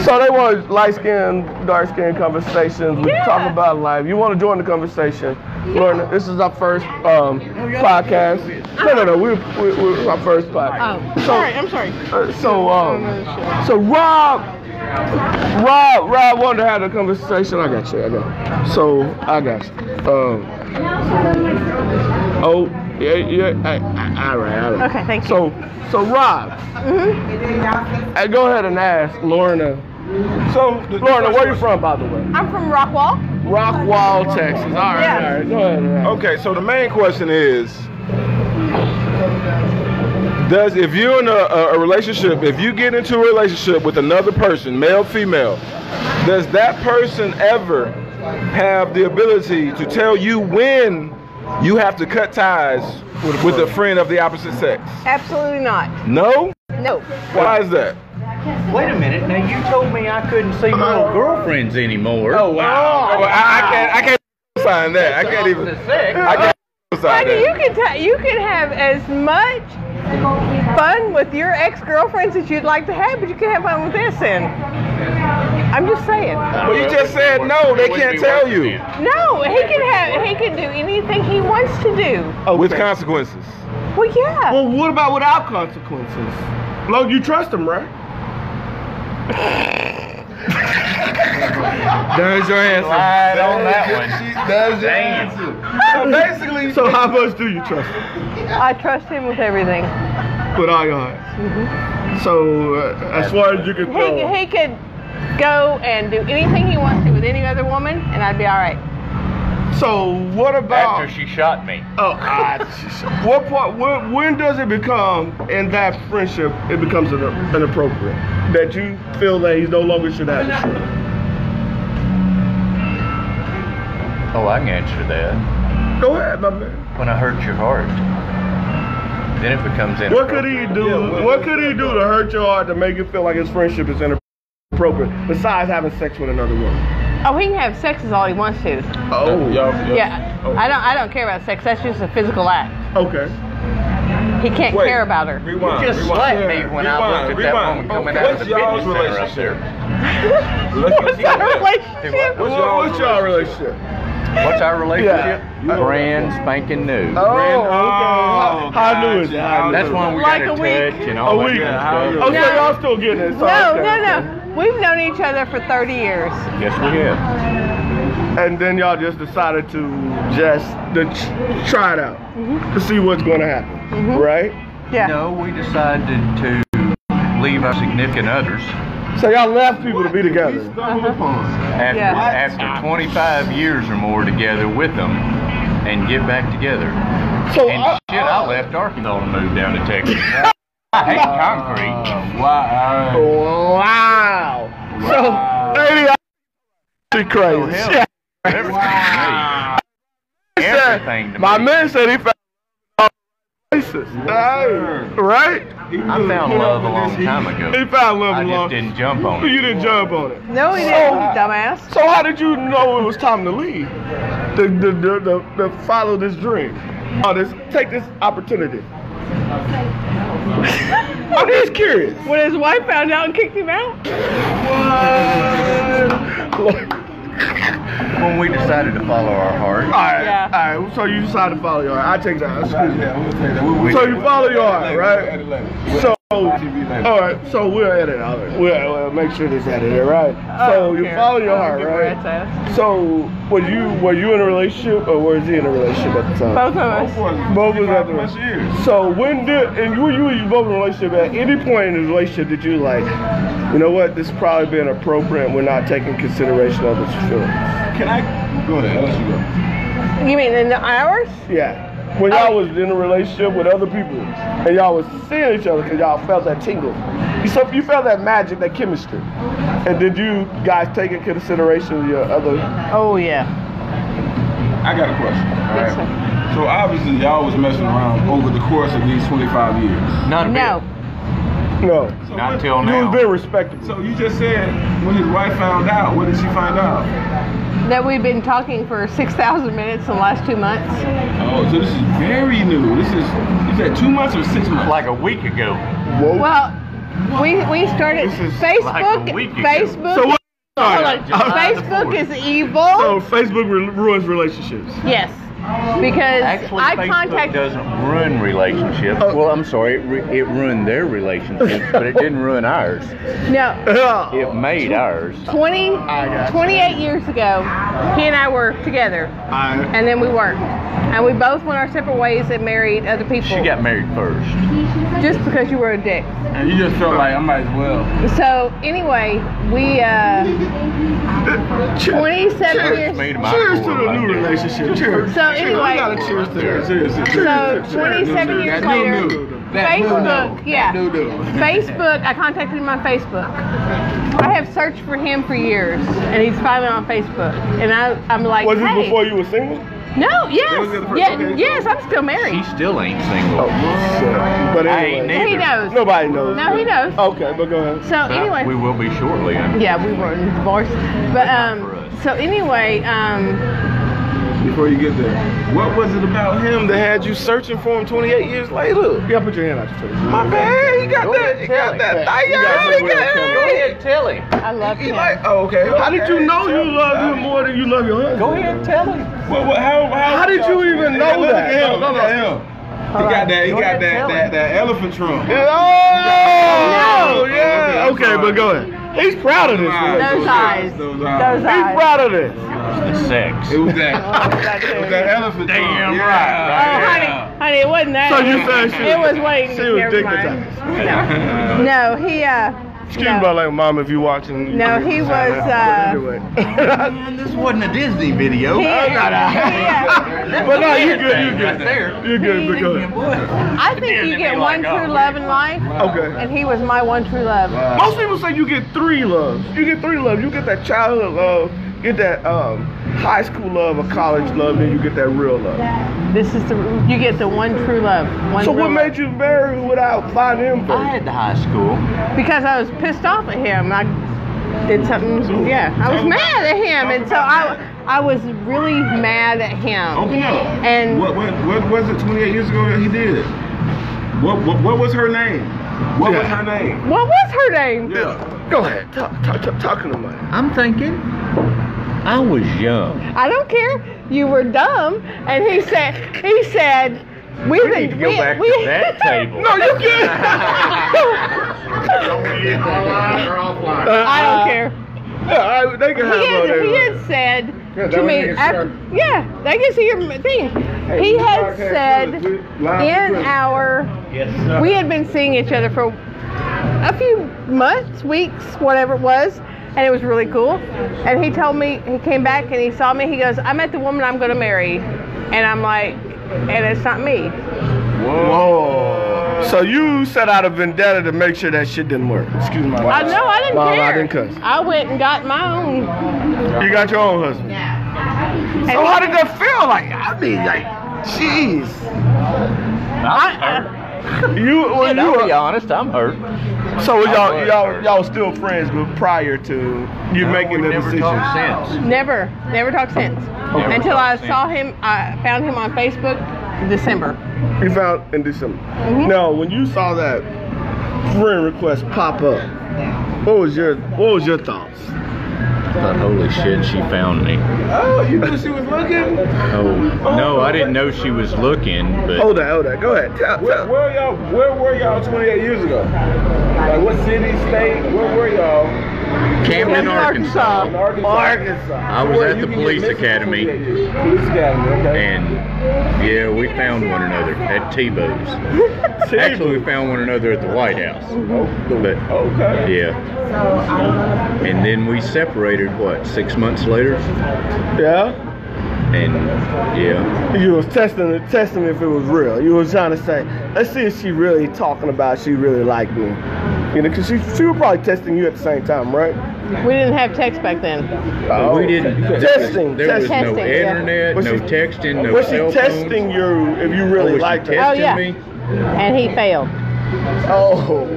Speaker 1: so they want light skin, dark skin conversations. We
Speaker 5: Yeah.
Speaker 1: talk about life. You want to join the conversation? Lorna, this is our first um, podcast. No, no, no. We're, we're, we're our first podcast.
Speaker 5: Oh, sorry. I'm sorry.
Speaker 1: Uh, so, um, so Rob, Rob, Rob wanted to have a conversation. I got you. I got. You. So I got. You. Um, oh, yeah, yeah. I, I, all right, all right.
Speaker 5: Okay, thank you. Mm-hmm.
Speaker 1: So, so Rob, hey, go ahead and ask Lorna.
Speaker 2: So, the-
Speaker 1: Lorna, where you from, by the way?
Speaker 5: I'm from Rockwall.
Speaker 1: Rockwall, Texas. All right,
Speaker 5: Yeah.
Speaker 1: all right. Go ahead. And ask.
Speaker 2: Okay, so the main question is Does if you're in a, a, a relationship, if you get into a relationship with another person, male, female, does that person ever have the ability to tell you when you have to cut ties with, with a friend of the opposite sex?
Speaker 5: Absolutely not.
Speaker 2: No?
Speaker 5: No.
Speaker 2: Why is that?
Speaker 4: Wait a minute. Now you told me I couldn't see my old girlfriends anymore.
Speaker 1: Oh, wow.
Speaker 2: Oh, I, I can't I can't sign that. I can't even I can't sign
Speaker 5: Honey, you
Speaker 2: that.
Speaker 5: can ta- you can have as much fun with your ex girlfriends as you'd like to have, but you can have fun with this end. I'm just saying.
Speaker 1: But you just said no, they can't tell you.
Speaker 5: No, he can have. He can do anything he wants to do.
Speaker 1: With consequences.
Speaker 5: Well, yeah.
Speaker 1: Well, what about without consequences? Like, you trust him, right? There's your answer.
Speaker 4: Lied on that one.
Speaker 2: That's your
Speaker 4: Damn.
Speaker 2: answer.
Speaker 1: So basically, so how much do you trust him?
Speaker 5: I trust him with everything.
Speaker 1: With all your heart. So, uh, as far as you can
Speaker 5: He
Speaker 1: go.
Speaker 5: he could go and do anything he wants to with any other woman, and I'd be all right.
Speaker 1: So, what about?
Speaker 4: After she shot me.
Speaker 1: Oh, ah, what part? When, when does it become in that friendship? It becomes an, inappropriate that you feel that he's no longer should have. the children?
Speaker 4: Oh, I can answer that.
Speaker 1: Go ahead, my man.
Speaker 4: When I hurt your heart, then it becomes inappropriate.
Speaker 1: What could he do?
Speaker 2: Yeah, what-
Speaker 1: what could he do to hurt your heart to make you feel like his friendship is inappropriate? Besides having sex with another woman.
Speaker 5: Oh, he can have sex as all he wants to.
Speaker 1: Oh,
Speaker 2: Y'all-
Speaker 5: Yeah,
Speaker 2: Oh.
Speaker 5: I don't. I don't care about sex. That's just a physical act.
Speaker 1: Okay.
Speaker 5: He can't
Speaker 2: Wait.
Speaker 5: care about her.
Speaker 2: Rewind.
Speaker 4: You just
Speaker 2: rewind.
Speaker 4: slapped me when I looked at that woman coming out of
Speaker 2: What's
Speaker 4: the
Speaker 2: y'all's
Speaker 4: fitness center
Speaker 2: relationship?
Speaker 4: up
Speaker 5: What's our
Speaker 4: Hey,
Speaker 5: relationship?
Speaker 2: What's
Speaker 1: What's,
Speaker 2: y'all-
Speaker 1: what's y'all relationship?
Speaker 4: What's our relationship?
Speaker 2: Yeah.
Speaker 4: Brand spanking new.
Speaker 1: Brand-
Speaker 2: okay.
Speaker 1: How- how new is it? How
Speaker 4: That's
Speaker 1: new?
Speaker 4: why we
Speaker 5: Like
Speaker 4: got in
Speaker 5: a week.
Speaker 4: touch and
Speaker 1: A
Speaker 4: all that
Speaker 1: week.
Speaker 4: good
Speaker 1: Oh,
Speaker 4: stuff.
Speaker 5: No.
Speaker 1: so y'all still getting it? So
Speaker 5: No,
Speaker 1: okay,
Speaker 5: no,
Speaker 1: okay.
Speaker 5: no. We've known each other for 30 years.
Speaker 4: Yes, we have.
Speaker 1: and then y'all just decided to just to ch- try it out
Speaker 5: Mm-hmm.
Speaker 1: to see what's going to happen, right?
Speaker 5: Yeah.
Speaker 4: No, we decided to leave our significant others
Speaker 1: So y'all left people to be together.
Speaker 4: after,
Speaker 5: Yeah.
Speaker 4: after 25 years or more together with them and get back together.
Speaker 1: So
Speaker 4: And
Speaker 1: I,
Speaker 4: shit, I left Arkansas to move down to Texas. I hate concrete.
Speaker 2: Wow.
Speaker 1: wow. So lady, I she
Speaker 4: Oh,
Speaker 1: crazy.
Speaker 4: hell.
Speaker 1: Shit.
Speaker 4: Everything to me. Everything to
Speaker 1: My
Speaker 4: me.
Speaker 1: man said he found racist. Hey, right?
Speaker 4: I found love a long time ago.
Speaker 1: He found love
Speaker 4: I
Speaker 1: and
Speaker 4: just
Speaker 1: lost.
Speaker 4: didn't jump on
Speaker 1: You
Speaker 4: it.
Speaker 1: didn't jump on it.
Speaker 5: No, he didn't,
Speaker 1: Oh.
Speaker 5: dumbass.
Speaker 1: So how did you know it was time to leave? To, to, to, to, to follow this dream? Or this, take this opportunity? I'm just curious.
Speaker 5: When his wife found out and kicked him out.
Speaker 1: Like,
Speaker 4: When we decided to follow our heart,
Speaker 1: Alright,
Speaker 5: Yeah.
Speaker 1: alright, so you decided to follow your heart. I take that, excuse me.
Speaker 2: Yeah, we'll take that. We'll- we'll-
Speaker 1: So you follow your heart,
Speaker 2: later,
Speaker 1: right?
Speaker 2: later, later.
Speaker 1: So,
Speaker 2: TV later.
Speaker 1: alright, so we'll edit all right. We'll, we'll make sure this edited, right? So you
Speaker 5: Oh,
Speaker 1: follow your heart, right? So were you were you in a relationship or was he in a relationship at the time?
Speaker 5: Both of us.
Speaker 1: Both was at the
Speaker 2: Plus years.
Speaker 1: So when did and you you you both in a relationship at any point in the relationship did you like, you know what, this probably been appropriate, we're not taking consideration of this feelings.
Speaker 2: Can I go there? Let's go.
Speaker 5: You mean in the hours?
Speaker 1: Yeah. When y'all was in a relationship with other people and y'all was seeing each other because y'all felt that tingle. You so you felt that magic, that chemistry. And did you guys take into consideration your other
Speaker 5: Oh yeah.
Speaker 2: I got a question. All
Speaker 5: Yes,
Speaker 2: right. So obviously y'all was messing around over the course of these 25 years.
Speaker 4: not a
Speaker 5: No.
Speaker 4: bit.
Speaker 1: No.
Speaker 2: So
Speaker 4: Not
Speaker 2: what-
Speaker 4: till
Speaker 1: You
Speaker 4: now.
Speaker 1: was being respectable.
Speaker 2: So you just said when his wife found out, what did she find out?
Speaker 5: That we've been talking for 6,000 minutes in the last two months.
Speaker 2: Oh, so this is very new. This is you said two months or six months?
Speaker 4: Like a week ago.
Speaker 1: Whoa.
Speaker 5: Well, we we started
Speaker 1: This is
Speaker 5: Facebook.
Speaker 4: like a week ago.
Speaker 5: Facebook.
Speaker 1: so what
Speaker 5: Hold
Speaker 1: sorry.
Speaker 5: on.
Speaker 4: July the
Speaker 5: Facebook
Speaker 4: fourth.
Speaker 5: is evil.
Speaker 1: So Facebook re- ruins relationships.
Speaker 5: Yes, because
Speaker 4: Actually,
Speaker 5: I
Speaker 4: Facebook
Speaker 5: contact.
Speaker 4: doesn't ruin relationships.
Speaker 1: Oh.
Speaker 4: Well, I'm sorry, it, ru- it ruined their relationships, but it didn't ruin ours.
Speaker 5: No,
Speaker 1: Yeah.
Speaker 4: It made ours.
Speaker 5: 20, 28 years ago, he and I were together,
Speaker 1: I,
Speaker 5: and then we weren't, and we both went our separate ways and married other people.
Speaker 4: She got married first.
Speaker 5: just because you were a dick.
Speaker 2: and you just felt like I might as well.
Speaker 5: So anyway, we uh,
Speaker 1: cheers,
Speaker 5: 27 years.
Speaker 4: Made my
Speaker 1: cheers to
Speaker 4: core
Speaker 1: the
Speaker 4: like
Speaker 1: new
Speaker 4: that.
Speaker 1: relationship. Cheers.
Speaker 5: So
Speaker 1: we gotta
Speaker 5: anyway,
Speaker 1: cheers to that.
Speaker 2: Seriously.
Speaker 5: so 27 years
Speaker 2: That new
Speaker 5: later,
Speaker 2: dude. That new
Speaker 5: Facebook,
Speaker 2: dude.
Speaker 5: yeah,
Speaker 2: That new dude.
Speaker 5: Facebook. I contacted him on Facebook. I have searched for him for years, and he's finally on Facebook. And I, I'm like,
Speaker 1: Was this
Speaker 5: hey.
Speaker 1: before you were single?
Speaker 5: No, yes,
Speaker 2: was the first-
Speaker 5: yeah,
Speaker 2: okay.
Speaker 5: yes, I'm still
Speaker 4: She
Speaker 5: married.
Speaker 4: still ain't single.
Speaker 1: But
Speaker 4: I
Speaker 1: anyway,
Speaker 4: ain't
Speaker 5: He
Speaker 4: neither.
Speaker 5: knows.
Speaker 1: nobody knows.
Speaker 5: No, he knows.
Speaker 2: Oh.
Speaker 1: Okay, but go ahead.
Speaker 5: So
Speaker 4: But
Speaker 5: anyway,
Speaker 4: we will be shortly. I
Speaker 5: yeah, we were divorced, but
Speaker 4: Not
Speaker 5: um,
Speaker 4: for us.
Speaker 5: so anyway, um,
Speaker 2: before you get there. What was it about him that had you searching for him 28 years later?
Speaker 1: Yeah, put your hand out your face.
Speaker 2: My man, he got that, he got that thing out of
Speaker 4: Go ahead, tell him.
Speaker 5: I love
Speaker 2: He
Speaker 5: him.
Speaker 2: like, oh, okay.
Speaker 1: How did you know you loved him more than you love your husband?
Speaker 4: Go ahead, tell him.
Speaker 2: Well, well, how, how,
Speaker 1: How did you even know
Speaker 2: look
Speaker 1: that?
Speaker 2: At him,
Speaker 1: No, no,
Speaker 2: look at him. He got that. He
Speaker 4: Go
Speaker 2: got
Speaker 4: ahead,
Speaker 2: that,
Speaker 4: tell
Speaker 2: that, that elephant trunk.
Speaker 1: Oh,
Speaker 2: No.
Speaker 1: yeah. Okay, but go ahead. He's proud of this. man.
Speaker 5: Those eyes.
Speaker 2: Those
Speaker 5: Those
Speaker 1: He's
Speaker 5: eyes.
Speaker 1: proud of this.
Speaker 4: The sex.
Speaker 2: It was that. it was that elephant
Speaker 4: Damn
Speaker 2: trunk.
Speaker 4: right,
Speaker 5: Oh, honey, honey, it wasn't that.
Speaker 1: So you said she
Speaker 5: it was waiting.
Speaker 1: She was
Speaker 5: Never mind.
Speaker 1: dignitized.
Speaker 2: right.
Speaker 5: No, he uh.
Speaker 1: Excuse
Speaker 5: no.
Speaker 1: me, like, mom, if you watching.
Speaker 5: No, he was, uh,
Speaker 1: uh.
Speaker 4: Man, this wasn't a Disney video.
Speaker 5: He-
Speaker 4: Oh, no, no.
Speaker 5: he, uh,
Speaker 1: But no, you good, you
Speaker 4: Thing right
Speaker 1: good.
Speaker 4: there.
Speaker 1: You're good, but go ahead.
Speaker 5: I think
Speaker 4: Disney
Speaker 5: you get
Speaker 4: be
Speaker 5: one
Speaker 4: like, oh,
Speaker 5: true love in life,
Speaker 1: Okay.
Speaker 5: and he was my one true love.
Speaker 1: Most people say you get three loves. You get three loves. You get that childhood love, get that um, high school love, or college love, then you get that real love.
Speaker 5: This is the you get the one true love. One
Speaker 1: So
Speaker 5: real
Speaker 1: what
Speaker 5: love.
Speaker 1: made you marry without finding him
Speaker 4: I
Speaker 1: first?
Speaker 4: had the high school.
Speaker 5: Because I was pissed off at him. I did something. Yeah, I was mad at him, and so I I was really mad at him.
Speaker 2: Open up.
Speaker 5: And-
Speaker 2: what, what, what was it 28 years ago that he did? What, what, what was her name? What was
Speaker 1: Yeah.
Speaker 2: her name?
Speaker 5: What was her name?
Speaker 2: Yeah.
Speaker 1: Go ahead, talk, talk, talk, talk to me.
Speaker 4: I'm thinking. I was young.
Speaker 5: I don't care. You were dumb. And he said, he said, we've
Speaker 4: We
Speaker 5: been.
Speaker 4: need to go back to that table.
Speaker 5: No, you can't. I don't care.
Speaker 1: Uh, Yeah, I, they can have
Speaker 5: He
Speaker 1: all
Speaker 5: had,
Speaker 1: they
Speaker 5: he
Speaker 1: want.
Speaker 5: had said
Speaker 1: Yeah, that
Speaker 5: to
Speaker 1: was
Speaker 5: me,
Speaker 1: his
Speaker 5: after, yeah, that gets to your thing. he had said in our,
Speaker 4: Yes, sir.
Speaker 5: we had been seeing each other for a few months, weeks, whatever it was, and it was really cool. And he told me, he came back and he saw me, he goes, I met the woman I'm going to marry. And I'm like, and it's not me.
Speaker 1: Whoa. So you set out a vendetta to make sure that shit didn't work. Excuse my
Speaker 5: I know, I didn't
Speaker 1: Mom, I
Speaker 5: care.
Speaker 1: didn't cuss.
Speaker 5: I went and got my own.
Speaker 1: You got your own husband. So how did that feel? Like I mean, like, jeez.
Speaker 4: I'm
Speaker 1: You, well,
Speaker 4: hurt. I'll
Speaker 1: you.
Speaker 4: be honest, I'm hurt.
Speaker 1: So was
Speaker 4: I
Speaker 1: y'all,
Speaker 4: was
Speaker 1: y'all,
Speaker 4: hurt.
Speaker 1: y'all still friends, but prior to you making
Speaker 4: We
Speaker 1: the
Speaker 4: never
Speaker 1: decision.
Speaker 4: talked since.
Speaker 5: Never, never talked since.
Speaker 4: Never
Speaker 5: Until I
Speaker 4: talked since.
Speaker 5: saw him, I found him on Facebook in December.
Speaker 1: You found in December.
Speaker 5: Mm-hmm.
Speaker 1: Now, when you saw that friend request pop up, what was your what was your thoughts?
Speaker 4: But holy shit, she found me.
Speaker 2: Oh, you knew she was looking?
Speaker 4: Oh no, I didn't know she was looking, but
Speaker 1: Hold that, hold that. Go ahead. Tell,
Speaker 2: Where,
Speaker 1: tell.
Speaker 2: where y'all? Where were y'all 28 years ago? Like what city, state? Where were y'all?
Speaker 4: Camden, Arkansas,
Speaker 2: In Arkansas.
Speaker 1: Arkansas.
Speaker 4: I was
Speaker 2: Where
Speaker 4: at
Speaker 2: you
Speaker 4: the
Speaker 2: can get
Speaker 4: police
Speaker 2: missing for
Speaker 4: academy.
Speaker 2: 28 years. Police academy. Okay.
Speaker 4: and yeah, we found one another at Tebow's. Actually, we found one another at the White House. But
Speaker 2: okay.
Speaker 4: yeah, and then we separated. What six months later?
Speaker 1: Yeah.
Speaker 4: And yeah,
Speaker 1: You was testing it, testing if it was real. You was trying to say, let's see if she really talking about she really liked me. You know, cause she she was probably testing you at the same time, right?
Speaker 5: We didn't have text back then.
Speaker 4: but we didn't. there was-
Speaker 1: Testing,
Speaker 4: There was
Speaker 5: testing.
Speaker 4: no
Speaker 5: Testing, yeah.
Speaker 4: internet,
Speaker 1: Was
Speaker 4: no
Speaker 1: she-
Speaker 4: texting, no
Speaker 1: was she
Speaker 4: cell
Speaker 1: testing
Speaker 4: phones.
Speaker 1: you if you
Speaker 4: Oh, was
Speaker 1: really
Speaker 4: she
Speaker 1: liked her?
Speaker 5: test-
Speaker 4: testing
Speaker 5: Oh, yeah.
Speaker 4: me?
Speaker 5: And he failed.
Speaker 1: Oh.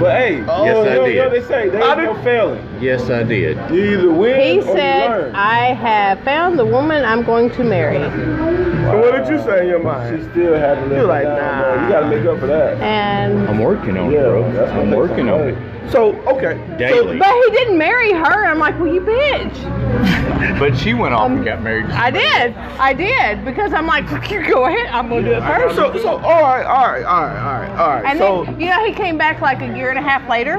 Speaker 2: But hey,
Speaker 1: Oh,
Speaker 2: you
Speaker 4: Yes, I
Speaker 2: know, you know
Speaker 4: did.
Speaker 2: what they say there
Speaker 1: I
Speaker 2: ain't no
Speaker 1: did-
Speaker 2: failing.
Speaker 4: Yes, I did.
Speaker 2: You either
Speaker 1: Oh,
Speaker 2: win
Speaker 5: He
Speaker 2: or you
Speaker 5: said, uh,
Speaker 2: learn.
Speaker 5: I have found the woman I'm going to marry.
Speaker 1: So what did you say in your
Speaker 2: She
Speaker 1: mind?
Speaker 2: still had to live.
Speaker 1: You're like, nah.
Speaker 2: You gotta make up for that.
Speaker 5: And,
Speaker 4: I'm working on
Speaker 2: Yeah,
Speaker 4: it, bro.
Speaker 2: that's what
Speaker 4: I'm
Speaker 2: they
Speaker 4: working on
Speaker 2: say.
Speaker 4: it
Speaker 1: So okay. So,
Speaker 4: daily.
Speaker 5: but he didn't marry her. I'm like, well, you bitch.
Speaker 4: But she went off and got married.
Speaker 5: Um, I did. I did. Because I'm like, you go ahead. I'm going to do it first.
Speaker 1: so, so, all right, all right, all right, all right, all right.
Speaker 5: and
Speaker 1: so,
Speaker 5: then, you know, he came back like a year and a half later.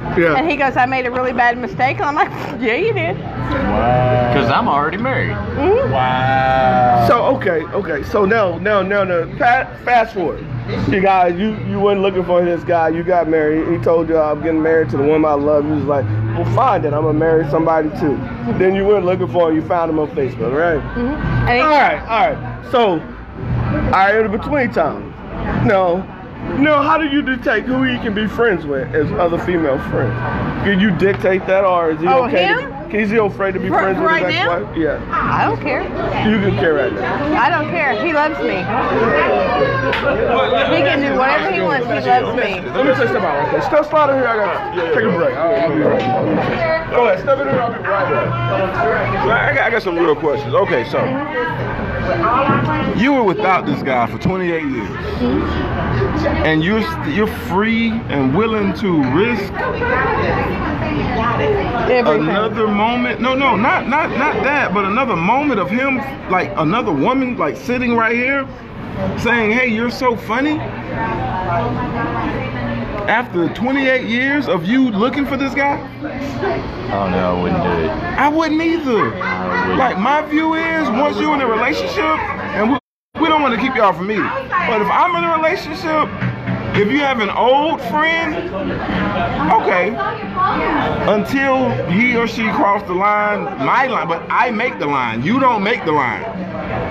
Speaker 1: yeah.
Speaker 5: And he goes, I made a really bad mistake. And I'm like, yeah, you did.
Speaker 4: Because I'm already married.
Speaker 5: Mhm.
Speaker 1: so, okay, okay. So now, now, now, now, pa- fast forward. You guys, you you weren't looking for this guy. You got married. He told you I'm getting married to the woman I love. You was like, well, fine then. I'm gonna marry somebody too. Then you weren't looking for him. You found him on Facebook, right?
Speaker 5: Mm-hmm. And he,
Speaker 1: All right, all right. So, all right, in the between time. No, no. How do you detect who you can be friends with as other female friends? Can you dictate that, or is it
Speaker 5: oh,
Speaker 1: okay? to-
Speaker 5: him?
Speaker 1: Is he afraid to be
Speaker 5: Right-
Speaker 1: friends with
Speaker 5: right
Speaker 1: his
Speaker 5: now?
Speaker 1: ex-wife? Yeah,
Speaker 5: I don't care.
Speaker 1: you can care right now.
Speaker 5: I don't care. He loves me. He can do whatever he wants. He loves me.
Speaker 1: Let me say something out right there. Step slide in here. I got to take a break. I'll, I'll be right. I'll be right. Go ahead. Step in here. I'll be right back.
Speaker 2: I got, I got some real questions. Okay, so you were without this guy for 28 years, and you're st- you're free and willing to risk
Speaker 5: Everything.
Speaker 2: another moment. No, no, not not not that, but another moment of him, like another woman, like sitting right here, saying, "Hey, you're so funny." After 28 years of you looking for this guy.
Speaker 4: Oh no, I wouldn't do it.
Speaker 2: I wouldn't either. Like my view is, once you're in a relationship, and we, we don't want to keep y'all from me, but if I'm in a relationship, if you have an old friend, okay, until he or she crossed the line, my line, but I make the line. You don't make the line.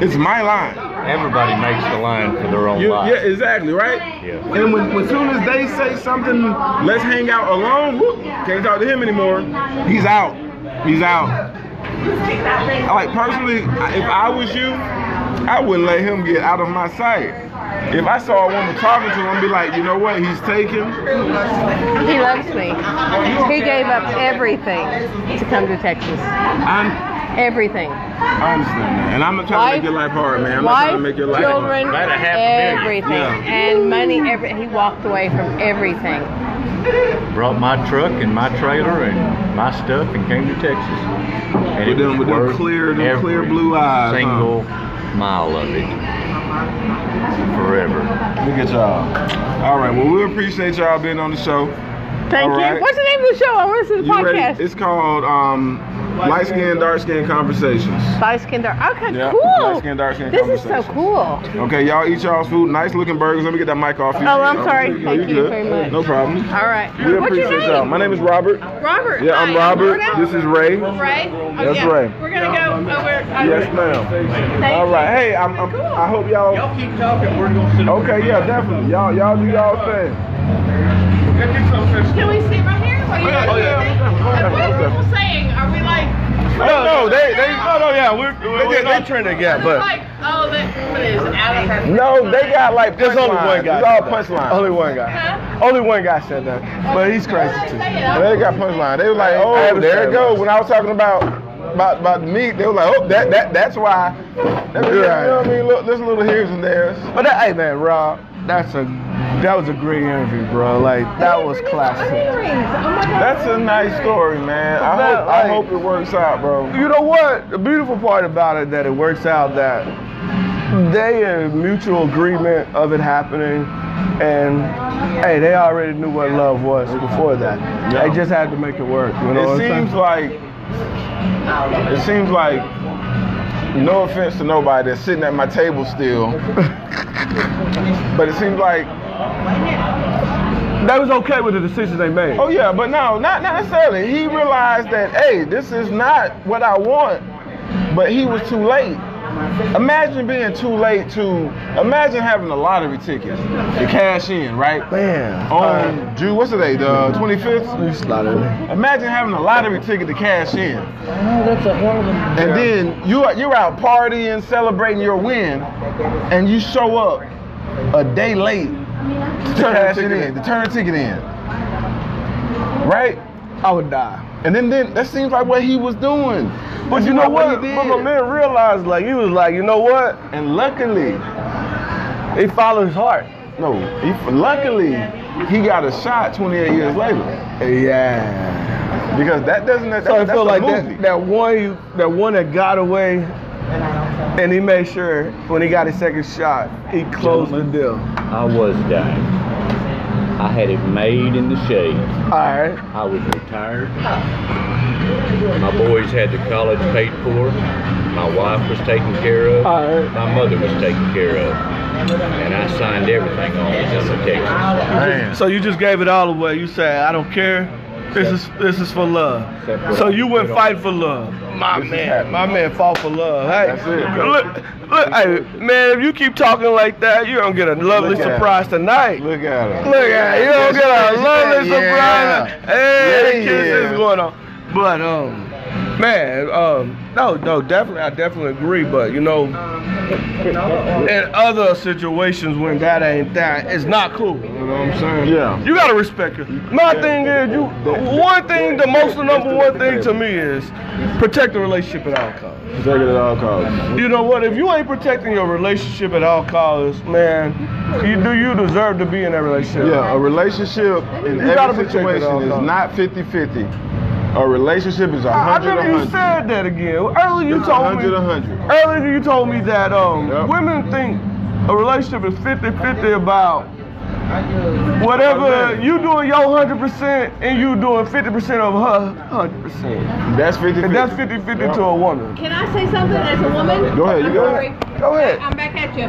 Speaker 2: It's my line.
Speaker 4: Everybody makes the line for their own
Speaker 2: You,
Speaker 4: life.
Speaker 2: yeah, exactly, right?
Speaker 4: Yeah.
Speaker 2: And when as soon as they say something, let's hang out alone. whoop, can't talk to him anymore. He's out. He's out. I- Like personally, I- if I was you, I wouldn't let him get out of my sight. If I saw a woman talking to him, I'd be like, you know what? He's taken.
Speaker 5: He loves me. He gave up everything to come to Texas.
Speaker 2: I'm,
Speaker 5: Everything.
Speaker 2: I understand that, and I'm not trying to make your life hard, man. I'm not trying to
Speaker 5: wife,
Speaker 2: make your life
Speaker 5: children,
Speaker 2: hard.
Speaker 4: About a half a million.
Speaker 5: everything,
Speaker 2: Yeah.
Speaker 5: and money. Every he walked away from everything.
Speaker 4: Brought my truck and my trailer and my stuff and came to Texas. And
Speaker 2: With them-
Speaker 4: was
Speaker 2: with them
Speaker 4: worth
Speaker 2: clear- them clear
Speaker 4: every
Speaker 2: blue eyes, huh?
Speaker 4: Single mile of it. Forever.
Speaker 2: Look at y'all. All right, well we appreciate y'all being on the show.
Speaker 5: Thank
Speaker 2: All
Speaker 5: you.
Speaker 2: right.
Speaker 5: What's the name of the show? I want to listen to the
Speaker 2: You ready?
Speaker 5: podcast.
Speaker 2: It's called um, Light Skin, Dark Skin Conversations.
Speaker 5: Light skin dark. Okay,
Speaker 2: Yeah,
Speaker 5: cool.
Speaker 2: light skin, dark skin
Speaker 5: this is so
Speaker 2: conversations.
Speaker 5: cool.
Speaker 2: Okay, y'all eat y'all's food. Nice looking burgers. Let me get that mic off you.
Speaker 5: Oh, I'm sorry.
Speaker 2: you
Speaker 5: Thank you
Speaker 2: good.
Speaker 5: very much.
Speaker 2: No problem.
Speaker 5: All right.
Speaker 2: We
Speaker 5: What's your
Speaker 2: appreciate
Speaker 5: name?
Speaker 2: y'all. My name is Robert.
Speaker 5: Robert.
Speaker 2: Yeah, I'm
Speaker 5: Hi,
Speaker 2: Robert.
Speaker 5: Roberta?
Speaker 2: This is Ray.
Speaker 5: Ray. Oh,
Speaker 2: That's
Speaker 5: yeah.
Speaker 2: Ray.
Speaker 5: We're gonna go over. uh,
Speaker 2: Yes, ma'am.
Speaker 5: Thank
Speaker 2: All
Speaker 5: you.
Speaker 2: right. Hey, I'm, I'm, I hope y'all.
Speaker 4: keep talking, we're gonna sit
Speaker 2: Okay, yeah, definitely. Y'all, y'all do y'all thing.
Speaker 5: Can we sit right here? While you
Speaker 2: yeah,
Speaker 5: guys
Speaker 2: oh,
Speaker 5: do
Speaker 2: yeah.
Speaker 5: your thing?
Speaker 2: Yeah,
Speaker 5: What are
Speaker 2: yeah.
Speaker 5: people saying? Are we like?
Speaker 2: No, no, they, they, no, no, yeah, we're,
Speaker 1: They,
Speaker 2: they,
Speaker 1: they, they
Speaker 2: they,
Speaker 1: turned it gap,
Speaker 5: are we
Speaker 1: but
Speaker 5: like, oh, that what is it, out of her?
Speaker 2: no, they got like
Speaker 1: there's only one
Speaker 2: punchlines.
Speaker 1: guy.
Speaker 2: It's all
Speaker 1: said
Speaker 2: punchline.
Speaker 1: that. Only one guy.
Speaker 5: Huh?
Speaker 1: Only one guy said that, but he's crazy too.
Speaker 2: They got punchline. They was like,
Speaker 1: I
Speaker 2: oh,
Speaker 1: understand
Speaker 2: there it
Speaker 1: that.
Speaker 2: goes. When I was talking about about about the meat, they was like, oh, that that that's why. That, you know what I mean? Look, there's little here's and there's.
Speaker 1: But that, hey man, Rob, that's a that was a great interview, bro. Like that was classic.
Speaker 5: oh
Speaker 2: That's a nice story, man. I
Speaker 1: But,
Speaker 2: hope I
Speaker 1: like-
Speaker 2: hope it works out, bro.
Speaker 1: You know what? The beautiful part about it that it works out that they in mutual agreement of it happening, and hey, they already knew what love was before that. They just had to make it work. You know
Speaker 2: It
Speaker 1: what I'm
Speaker 2: seems
Speaker 1: saying?
Speaker 2: like it seems like no offense to nobody that's sitting at my table still. but it seems like
Speaker 1: they was okay with the decision they made.
Speaker 2: oh yeah, but no, not not necessarily. He realized that hey, this is not what I want. But he was too late. Imagine being too late to imagine having a lottery ticket to cash in, right?
Speaker 1: man,
Speaker 2: On June, what's the date? The 25th?
Speaker 1: you slaughtered me.
Speaker 2: Imagine having a lottery ticket to cash in. that's a horrible. And then you are, you're out partying, celebrating your win, and you show up a day late to cash it in, to turn the ticket in, right?
Speaker 1: I would die.
Speaker 2: And then, then that seems like what he was doing.
Speaker 1: But you know what? But my man realized, like, he was like, you know what?
Speaker 2: And luckily,
Speaker 1: He followed his heart.
Speaker 2: no, he, luckily he got a shot 28 years later
Speaker 1: Yeah.
Speaker 2: because that doesn't that,
Speaker 1: So I
Speaker 2: that's a
Speaker 1: feel like
Speaker 2: movie.
Speaker 1: that, that one you, that one that got away, and he made sure when he got his second shot, he closed the deal.
Speaker 4: I was dying. I had it made in the shade.
Speaker 1: All right.
Speaker 4: I was retired. My boys had the college paid for. My wife was taken care of.
Speaker 1: All right.
Speaker 4: My mother was taken care of. And I signed everything on with them in Texas.
Speaker 2: Man.
Speaker 1: So you just gave it all away. You said, I don't care. This is this is for love. So you wouldn't fight for love. My man, my man fought for love. Hey,
Speaker 2: That's it, bro.
Speaker 1: look, look, hey, man, if you keep talking like that, you're gonna get a lovely
Speaker 2: Look at
Speaker 1: surprise tonight.
Speaker 2: Look at him.
Speaker 1: Look at it. You don't get a lovely
Speaker 2: Yeah.
Speaker 1: surprise. Hey,
Speaker 2: Yeah,
Speaker 1: kisses
Speaker 2: yeah.
Speaker 1: going on. But um, Man, um, no, no, definitely, I definitely agree. But you know, in other situations when that ain't that, it's not cool. You know what I'm saying?
Speaker 2: Yeah.
Speaker 1: You gotta respect her. My thing is, you. One thing, the most number one thing to me is protect the relationship at all costs.
Speaker 2: Take it at all costs.
Speaker 1: You know what? If you ain't protecting your relationship at all costs, man, you do you deserve to be in that relationship?
Speaker 2: Yeah, a relationship in
Speaker 1: gotta
Speaker 2: every
Speaker 1: protect it at all
Speaker 2: situation is
Speaker 1: costs.
Speaker 2: not 50 50. A relationship is 100
Speaker 1: I I remember you
Speaker 2: 100.
Speaker 1: said that again. Earlier you
Speaker 2: It's
Speaker 1: told
Speaker 2: 100
Speaker 1: me.
Speaker 2: 100.
Speaker 1: Earlier you told me that um,
Speaker 2: Yep.
Speaker 1: women think a relationship is 50-50 about
Speaker 2: About
Speaker 1: whatever
Speaker 2: that.
Speaker 1: you doing your 100% and you doing 50% of her 100%.
Speaker 2: That's 50
Speaker 1: And that's 50-50 to a woman.
Speaker 5: Can I say something as a woman?
Speaker 2: Go ahead, you
Speaker 5: I'm
Speaker 2: go
Speaker 5: sorry.
Speaker 1: Go ahead.
Speaker 5: I'm back at you.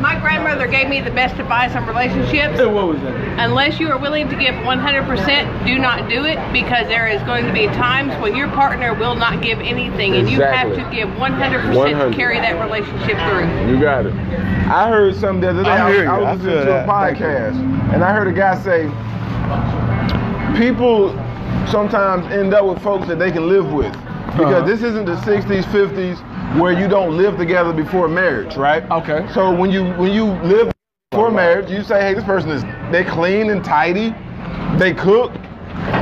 Speaker 5: My grandmother gave me the best advice on relationships.
Speaker 1: And what was that?
Speaker 5: Unless you are willing to give 100%, do not do it because there is going to be times when your partner will not give anything and you have
Speaker 2: Exactly.
Speaker 5: to give 100%, to
Speaker 2: 100.
Speaker 5: carry that relationship through.
Speaker 2: You got it. I heard something the other day.
Speaker 1: I
Speaker 2: I,
Speaker 1: hear
Speaker 2: was, I
Speaker 1: you. I
Speaker 2: was listening
Speaker 1: feel
Speaker 2: to a
Speaker 1: that. Thank you.
Speaker 2: podcast, and I heard a guy say, people sometimes end up with folks that they can live with. Because
Speaker 1: Uh-huh.
Speaker 2: this isn't the 60s, 50s where you don't live together before marriage, right?
Speaker 1: Okay.
Speaker 2: So when you when you live before marriage, you say, hey, this person is they clean and tidy, they cook,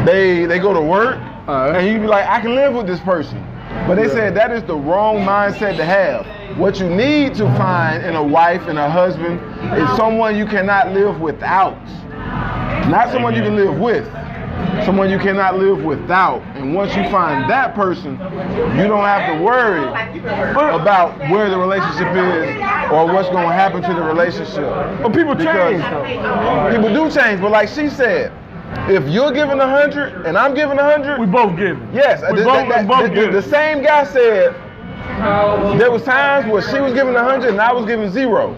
Speaker 2: they they go to work,
Speaker 1: Alright.
Speaker 2: and you be like, I can live with this person. But they said that is the wrong mindset to have. What you need to find in a wife and a husband is someone you cannot live without. Not someone you can live with. Someone you cannot live without. And once you find that person, you don't have to worry about where the relationship is or what's going to happen to the relationship.
Speaker 1: But people
Speaker 2: Because-
Speaker 1: change.
Speaker 2: People do change, but like she said, if you're giving a hundred and I'm giving a
Speaker 1: We
Speaker 2: hundred,
Speaker 1: both give.
Speaker 2: yes,
Speaker 1: we
Speaker 2: that-
Speaker 1: both,
Speaker 2: that-
Speaker 1: we both
Speaker 2: that-
Speaker 1: give.
Speaker 2: the, the same guy said there was times where she was giving a hundred and I was giving zero.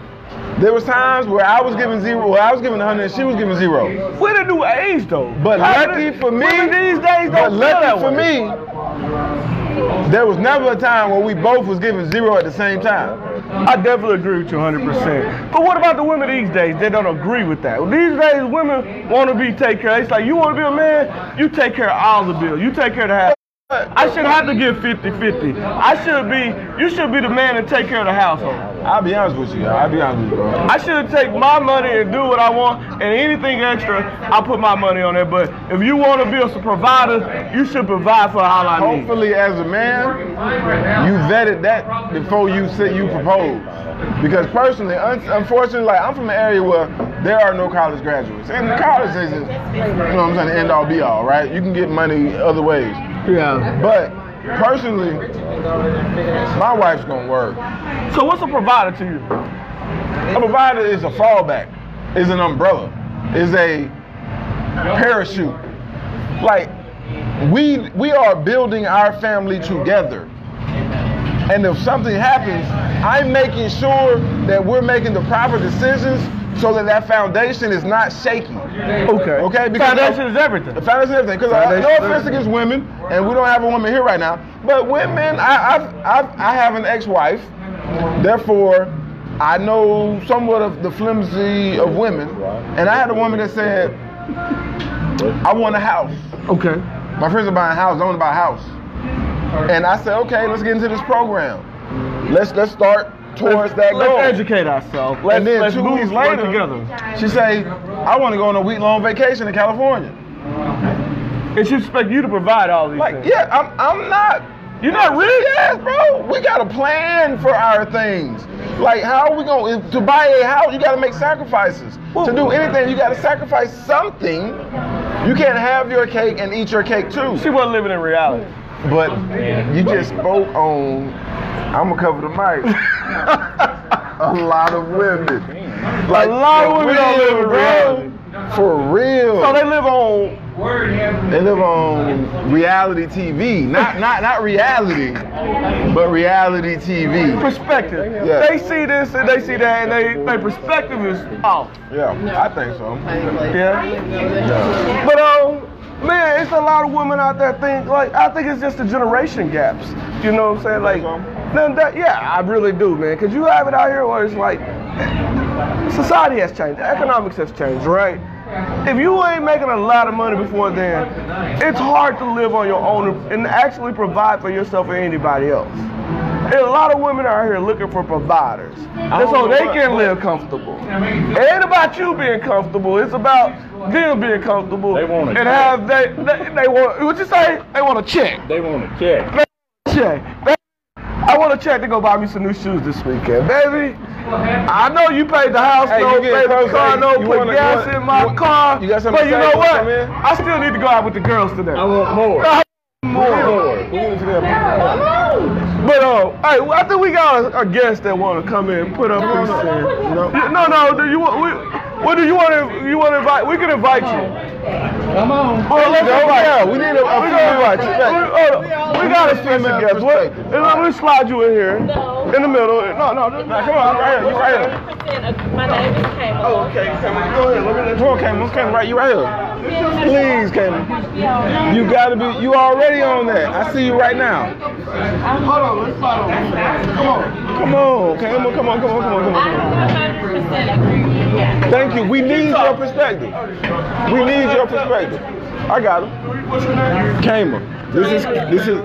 Speaker 2: There was times where I was giving zero, where I was giving a hundred and she was giving zero.
Speaker 1: We're the new age though.
Speaker 2: But
Speaker 1: How
Speaker 2: lucky
Speaker 1: did-
Speaker 2: for me,
Speaker 1: women these days don't
Speaker 2: but
Speaker 1: feel
Speaker 2: lucky
Speaker 1: that
Speaker 2: for
Speaker 1: way.
Speaker 2: me, there was never a time where we both was giving zero at the same time.
Speaker 1: I definitely agree with you 100%. But what about the women these days? They don't agree with that. These days, women want to be take care. It's like, you want to be a man? You take care of all the bills. You take care of the house. I shouldn't have to give 50 50. I should be, you should be the man and take care of the household.
Speaker 2: I'll be honest with you. I'll be honest with you, bro.
Speaker 1: I should take my money and do what I want, and anything extra, I put my money on there. But if you want to be a provider, you should provide for all I need.
Speaker 2: Hopefully, as a man, you vetted that before you said you proposed. Because personally, un- unfortunately, like I'm from an area where there are no college graduates, and college isn't, you know, what I'm saying, the end all be all, right? You can get money other ways,
Speaker 1: Yeah.
Speaker 2: but personally, my wife's gonna work.
Speaker 1: So, what's a provider to you?
Speaker 2: A provider is a fallback, is an umbrella, is a parachute. Like we we are building our family together. And if something happens, I'm making sure that we're making the proper decisions so that that foundation is not shaky.
Speaker 1: Okay.
Speaker 2: Okay, because-
Speaker 1: Foundation is everything.
Speaker 2: The foundation is everything. Because I uh, no
Speaker 1: Foundation.
Speaker 2: offense against women, and we don't have a woman here right now. But women, I I've, I've, I have an ex-wife, therefore I know somewhat of the flimsy of women. And I had a woman that said, "I want a house."
Speaker 1: Okay.
Speaker 2: My friends are buying a house. I want to buy a house. And I said, "Okay, let's get into this program. Let's let's start towards that
Speaker 1: let's
Speaker 2: goal."
Speaker 1: educate ourselves. Let's,
Speaker 2: and then
Speaker 1: let's
Speaker 2: two
Speaker 1: move
Speaker 2: weeks
Speaker 1: work
Speaker 2: later,
Speaker 1: together.
Speaker 2: she say, "I want to go on a week-long vacation in California."
Speaker 1: It should expect you to provide all these
Speaker 2: Like,
Speaker 1: things.
Speaker 2: yeah, I'm, I'm not. You're not really ass, bro. We got a plan for our things. Like, how are we going to buy a house? You got to make sacrifices. to do anything, you got to sacrifice something. You can't have your cake and eat your cake too.
Speaker 1: She wasn't living in reality.
Speaker 2: But you just spoke on. I'm gonna cover the mic. a lot of women. Like,
Speaker 1: A lot of
Speaker 2: for
Speaker 1: women don't live
Speaker 2: real,
Speaker 1: in reality.
Speaker 2: bro. For real.
Speaker 1: So they live on.
Speaker 2: They live on reality TV, not not not reality, but reality TV.
Speaker 1: Perspective.
Speaker 2: Yeah.
Speaker 1: They see this and they see that, and they their perspective is off.
Speaker 2: Yeah, I think so.
Speaker 1: Yeah.
Speaker 2: Yeah.
Speaker 1: But um, man, it's a lot of women out there think like I think it's just the generation gaps. You know what I'm saying? Like, then that yeah, I really do, man. Cause you have it out here where it's like society has changed, economics has changed, right? if you ain't making a lot of money before then, it's hard to live on your own and actually provide for yourself or anybody else. And a lot of women out here looking for providers, and so they can live comfortable. It ain't about you being comfortable. It's about them being comfortable
Speaker 4: They want a
Speaker 1: and
Speaker 4: check.
Speaker 1: have they, they they want what you say? They want a check
Speaker 4: They want a check.
Speaker 1: check. Baby, I want a check to go buy me some new shoes this weekend, baby. I know you paid the house
Speaker 2: Hey, you
Speaker 1: note,
Speaker 2: getting
Speaker 1: paid the
Speaker 2: close.
Speaker 1: car
Speaker 2: Hey,
Speaker 1: note,
Speaker 2: you
Speaker 1: put
Speaker 2: wanna- you
Speaker 1: gas
Speaker 2: want-
Speaker 1: in my
Speaker 2: you want-
Speaker 1: car.
Speaker 2: you got something
Speaker 1: but
Speaker 2: to
Speaker 1: you
Speaker 2: say before
Speaker 1: know
Speaker 2: we
Speaker 1: what?
Speaker 2: come in?
Speaker 1: I still need to go out with the girls today.
Speaker 4: I want more.
Speaker 1: I
Speaker 4: More.
Speaker 2: We need to get a-
Speaker 1: But uh, hey, well, I think we got a, a guest that want to come in, and put up this.
Speaker 2: No.
Speaker 1: Yeah, No, no, do you want? We, what do you want to? You want to invite? We can invite you. Come on. Well, let's
Speaker 2: There you go.
Speaker 1: invite.
Speaker 2: Yeah,
Speaker 1: you.
Speaker 2: we need a- a
Speaker 1: we
Speaker 2: female
Speaker 1: gonna invite you.
Speaker 2: perspective.
Speaker 1: We, hold on. we got a special
Speaker 2: female
Speaker 1: guest. What? uh,
Speaker 2: perspective.
Speaker 1: Let me slide you in here. No. In the middle. No, no, no. Come on, right here. You right here.
Speaker 6: My name is Kayla.
Speaker 1: Oh, okay. Come on. Go ahead. Let me let
Speaker 2: Come on, Cameron. Cameron, right? You right here. Please, Cameron. You gotta be. You already on that. I see you right now.
Speaker 1: Hold on. Let's slide over. Come on.
Speaker 2: Come on, Cameron. Come on, come on, come on, come on. Come on.
Speaker 6: 100% agree.
Speaker 2: Thank you. We need your perspective. We need your perspective. I got him. Cameron. This is this is.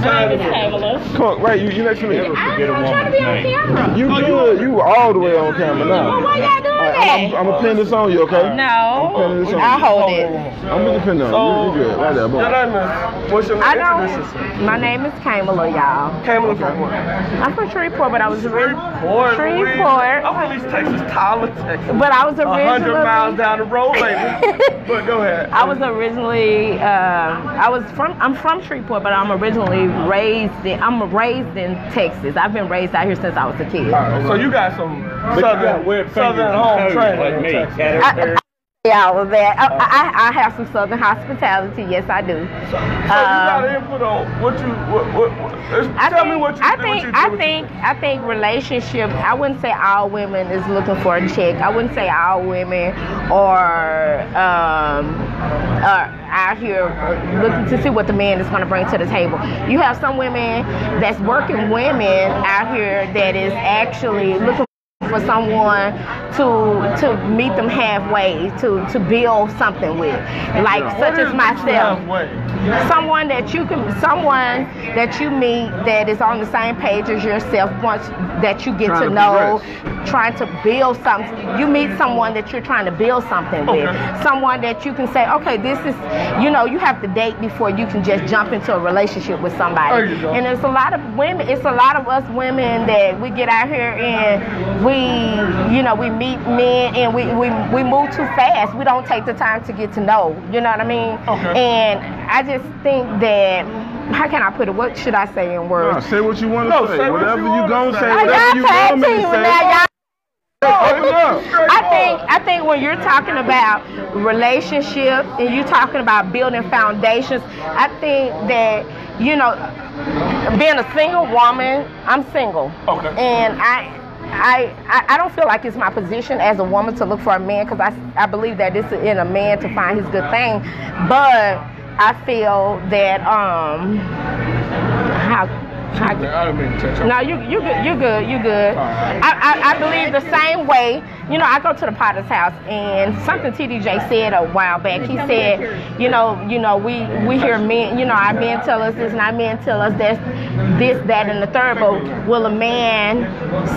Speaker 6: My name is Kayla.
Speaker 2: Come on, right? You you next to me.
Speaker 6: I'm
Speaker 4: Get a
Speaker 6: trying to be on
Speaker 4: woman's name.
Speaker 6: camera.
Speaker 2: You good? You all the way on camera
Speaker 6: Well,
Speaker 2: now.
Speaker 6: why y'all doing
Speaker 2: I'm,
Speaker 6: that?
Speaker 2: I'm gonna pin this on you, okay?
Speaker 6: No.
Speaker 2: Okay,
Speaker 6: I
Speaker 2: it's on.
Speaker 6: hold it.
Speaker 2: I'm gonna pin it on you. You good? Right there, boom.
Speaker 1: name is? What's your
Speaker 6: I don't. My name is Kamala, y'all.
Speaker 1: Pamela from what?
Speaker 6: I'm from Shreveport, but I was originally.
Speaker 1: Shreveport.
Speaker 6: Shreveport.
Speaker 1: I'm from East Texas, Tyler, Texas.
Speaker 6: But I was
Speaker 1: A hundred miles
Speaker 6: originally.
Speaker 1: down the road, baby. but go ahead.
Speaker 6: I was originally. Uh, I was from. I'm from Shreveport, but I'm originally raised in. I'm raised in Texas. I've been raised out here since I was a kid.
Speaker 1: So you got some
Speaker 4: But you got
Speaker 1: southern,
Speaker 4: wet fingers
Speaker 1: southern
Speaker 4: and
Speaker 1: home
Speaker 4: toes like me.
Speaker 1: training.
Speaker 4: Caterpillar.
Speaker 6: Yeah, all of that. I, I, I have some Southern hospitality. Yes, I do.
Speaker 1: So, so you got input on what you what what. what
Speaker 6: Uh, I
Speaker 1: tell
Speaker 6: think,
Speaker 1: me what you
Speaker 6: I
Speaker 1: do,
Speaker 6: think,
Speaker 1: what you do,
Speaker 6: I
Speaker 1: what you
Speaker 6: think, I think relationship. I wouldn't say all women is looking for a check. I wouldn't say all women are um, are out here looking to see what the man is going to bring to the table. You have some women that's working women out here that is actually looking for someone to to meet them halfway to to build something with like such as myself someone that you can someone that you meet that is on the same page as yourself once that you get to, know trying to build something you meet someone that you're trying to build something with someone that you can say okay this is you know you have to date before you can just jump into a relationship with somebody and there's a lot of women it's a lot of us women that we get out here and we you know we meet men and we we, we move too fast we don't take the time to get to know you know what i mean
Speaker 1: Okay.
Speaker 6: and I just think that how can I put it? What should I say in
Speaker 2: Nah,
Speaker 6: words?
Speaker 2: say what you want to
Speaker 1: No,
Speaker 2: say.
Speaker 1: say what
Speaker 2: Whatever
Speaker 1: you
Speaker 2: you
Speaker 1: wanna
Speaker 2: gonna
Speaker 1: say.
Speaker 2: say,
Speaker 6: I
Speaker 2: whatever you
Speaker 6: got
Speaker 2: want
Speaker 6: tag
Speaker 2: me to
Speaker 6: team
Speaker 2: say.
Speaker 6: now, y'all.
Speaker 2: Open up.
Speaker 6: I think I think when you're talking about relationship and you're talking about building foundations, I think that you know, being a single woman, I'm single,
Speaker 1: Okay.
Speaker 6: and I. I, I, I don't feel like it's my position as a woman to look for a man because I, I believe that it's in a man to find his good thing. But I feel that, um, how, how,
Speaker 1: I don't mean to touch
Speaker 6: no, you you good, you good, you good. I, I, I believe the same way. You know, I go to the Potter's house, and something TDJ said a while back. He said, you know, you know, we we hear men, you know, our men tell us this, and our men tell us this, this, that, and the third. But will a man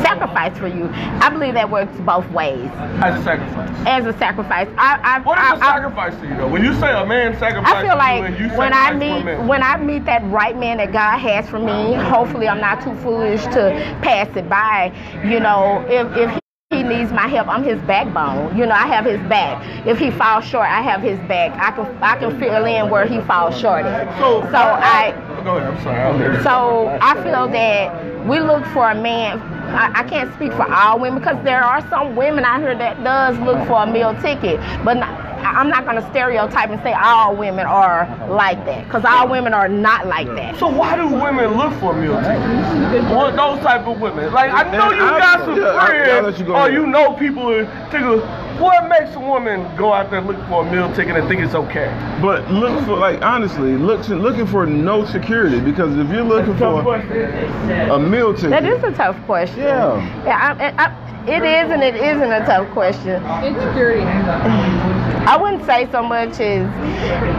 Speaker 6: sacrifice for you? I believe that works both ways
Speaker 1: as a sacrifice.
Speaker 6: as a sacrifice. I I
Speaker 1: What
Speaker 6: I,
Speaker 1: is a
Speaker 6: I-
Speaker 1: sacrifice to you though? When you say a man sacrifices,
Speaker 6: I feel
Speaker 1: you,
Speaker 6: like
Speaker 1: and you
Speaker 6: when I
Speaker 1: sacrifice for a
Speaker 6: meet
Speaker 1: man.
Speaker 6: when I meet that right man that God has for me, hopefully I'm not too foolish to pass it by. You know, if if he- he needs my help, I'm his backbone. You know, I have his back. If he falls short, I have his back. I can I can fill in where he falls short. at. So I
Speaker 1: Go ahead. I'm sorry. I'll hear you.
Speaker 6: so I feel that we look for a man. I, I can't speak for all women because there are some women out here that does look for a meal ticket, but not, I- I'm not gonna stereotype and say all women are like that because all women are not like that.
Speaker 1: So why do women look for meal tickets? Or those type of women? Like I know you
Speaker 2: I-
Speaker 1: got some
Speaker 2: yeah, I- I'll
Speaker 1: friends,
Speaker 2: let you go
Speaker 1: or
Speaker 2: ahead.
Speaker 1: you know people who tickle. What makes a woman go out there and look for a meal ticket and think it's okay?
Speaker 2: But look for like honestly, look looking for no security because if you're looking for a meal ticket,
Speaker 6: That is a tough question.
Speaker 2: Yeah.
Speaker 6: Yeah. I, I, I, it is and it isn't a tough question. Insecurity. I wouldn't say so much as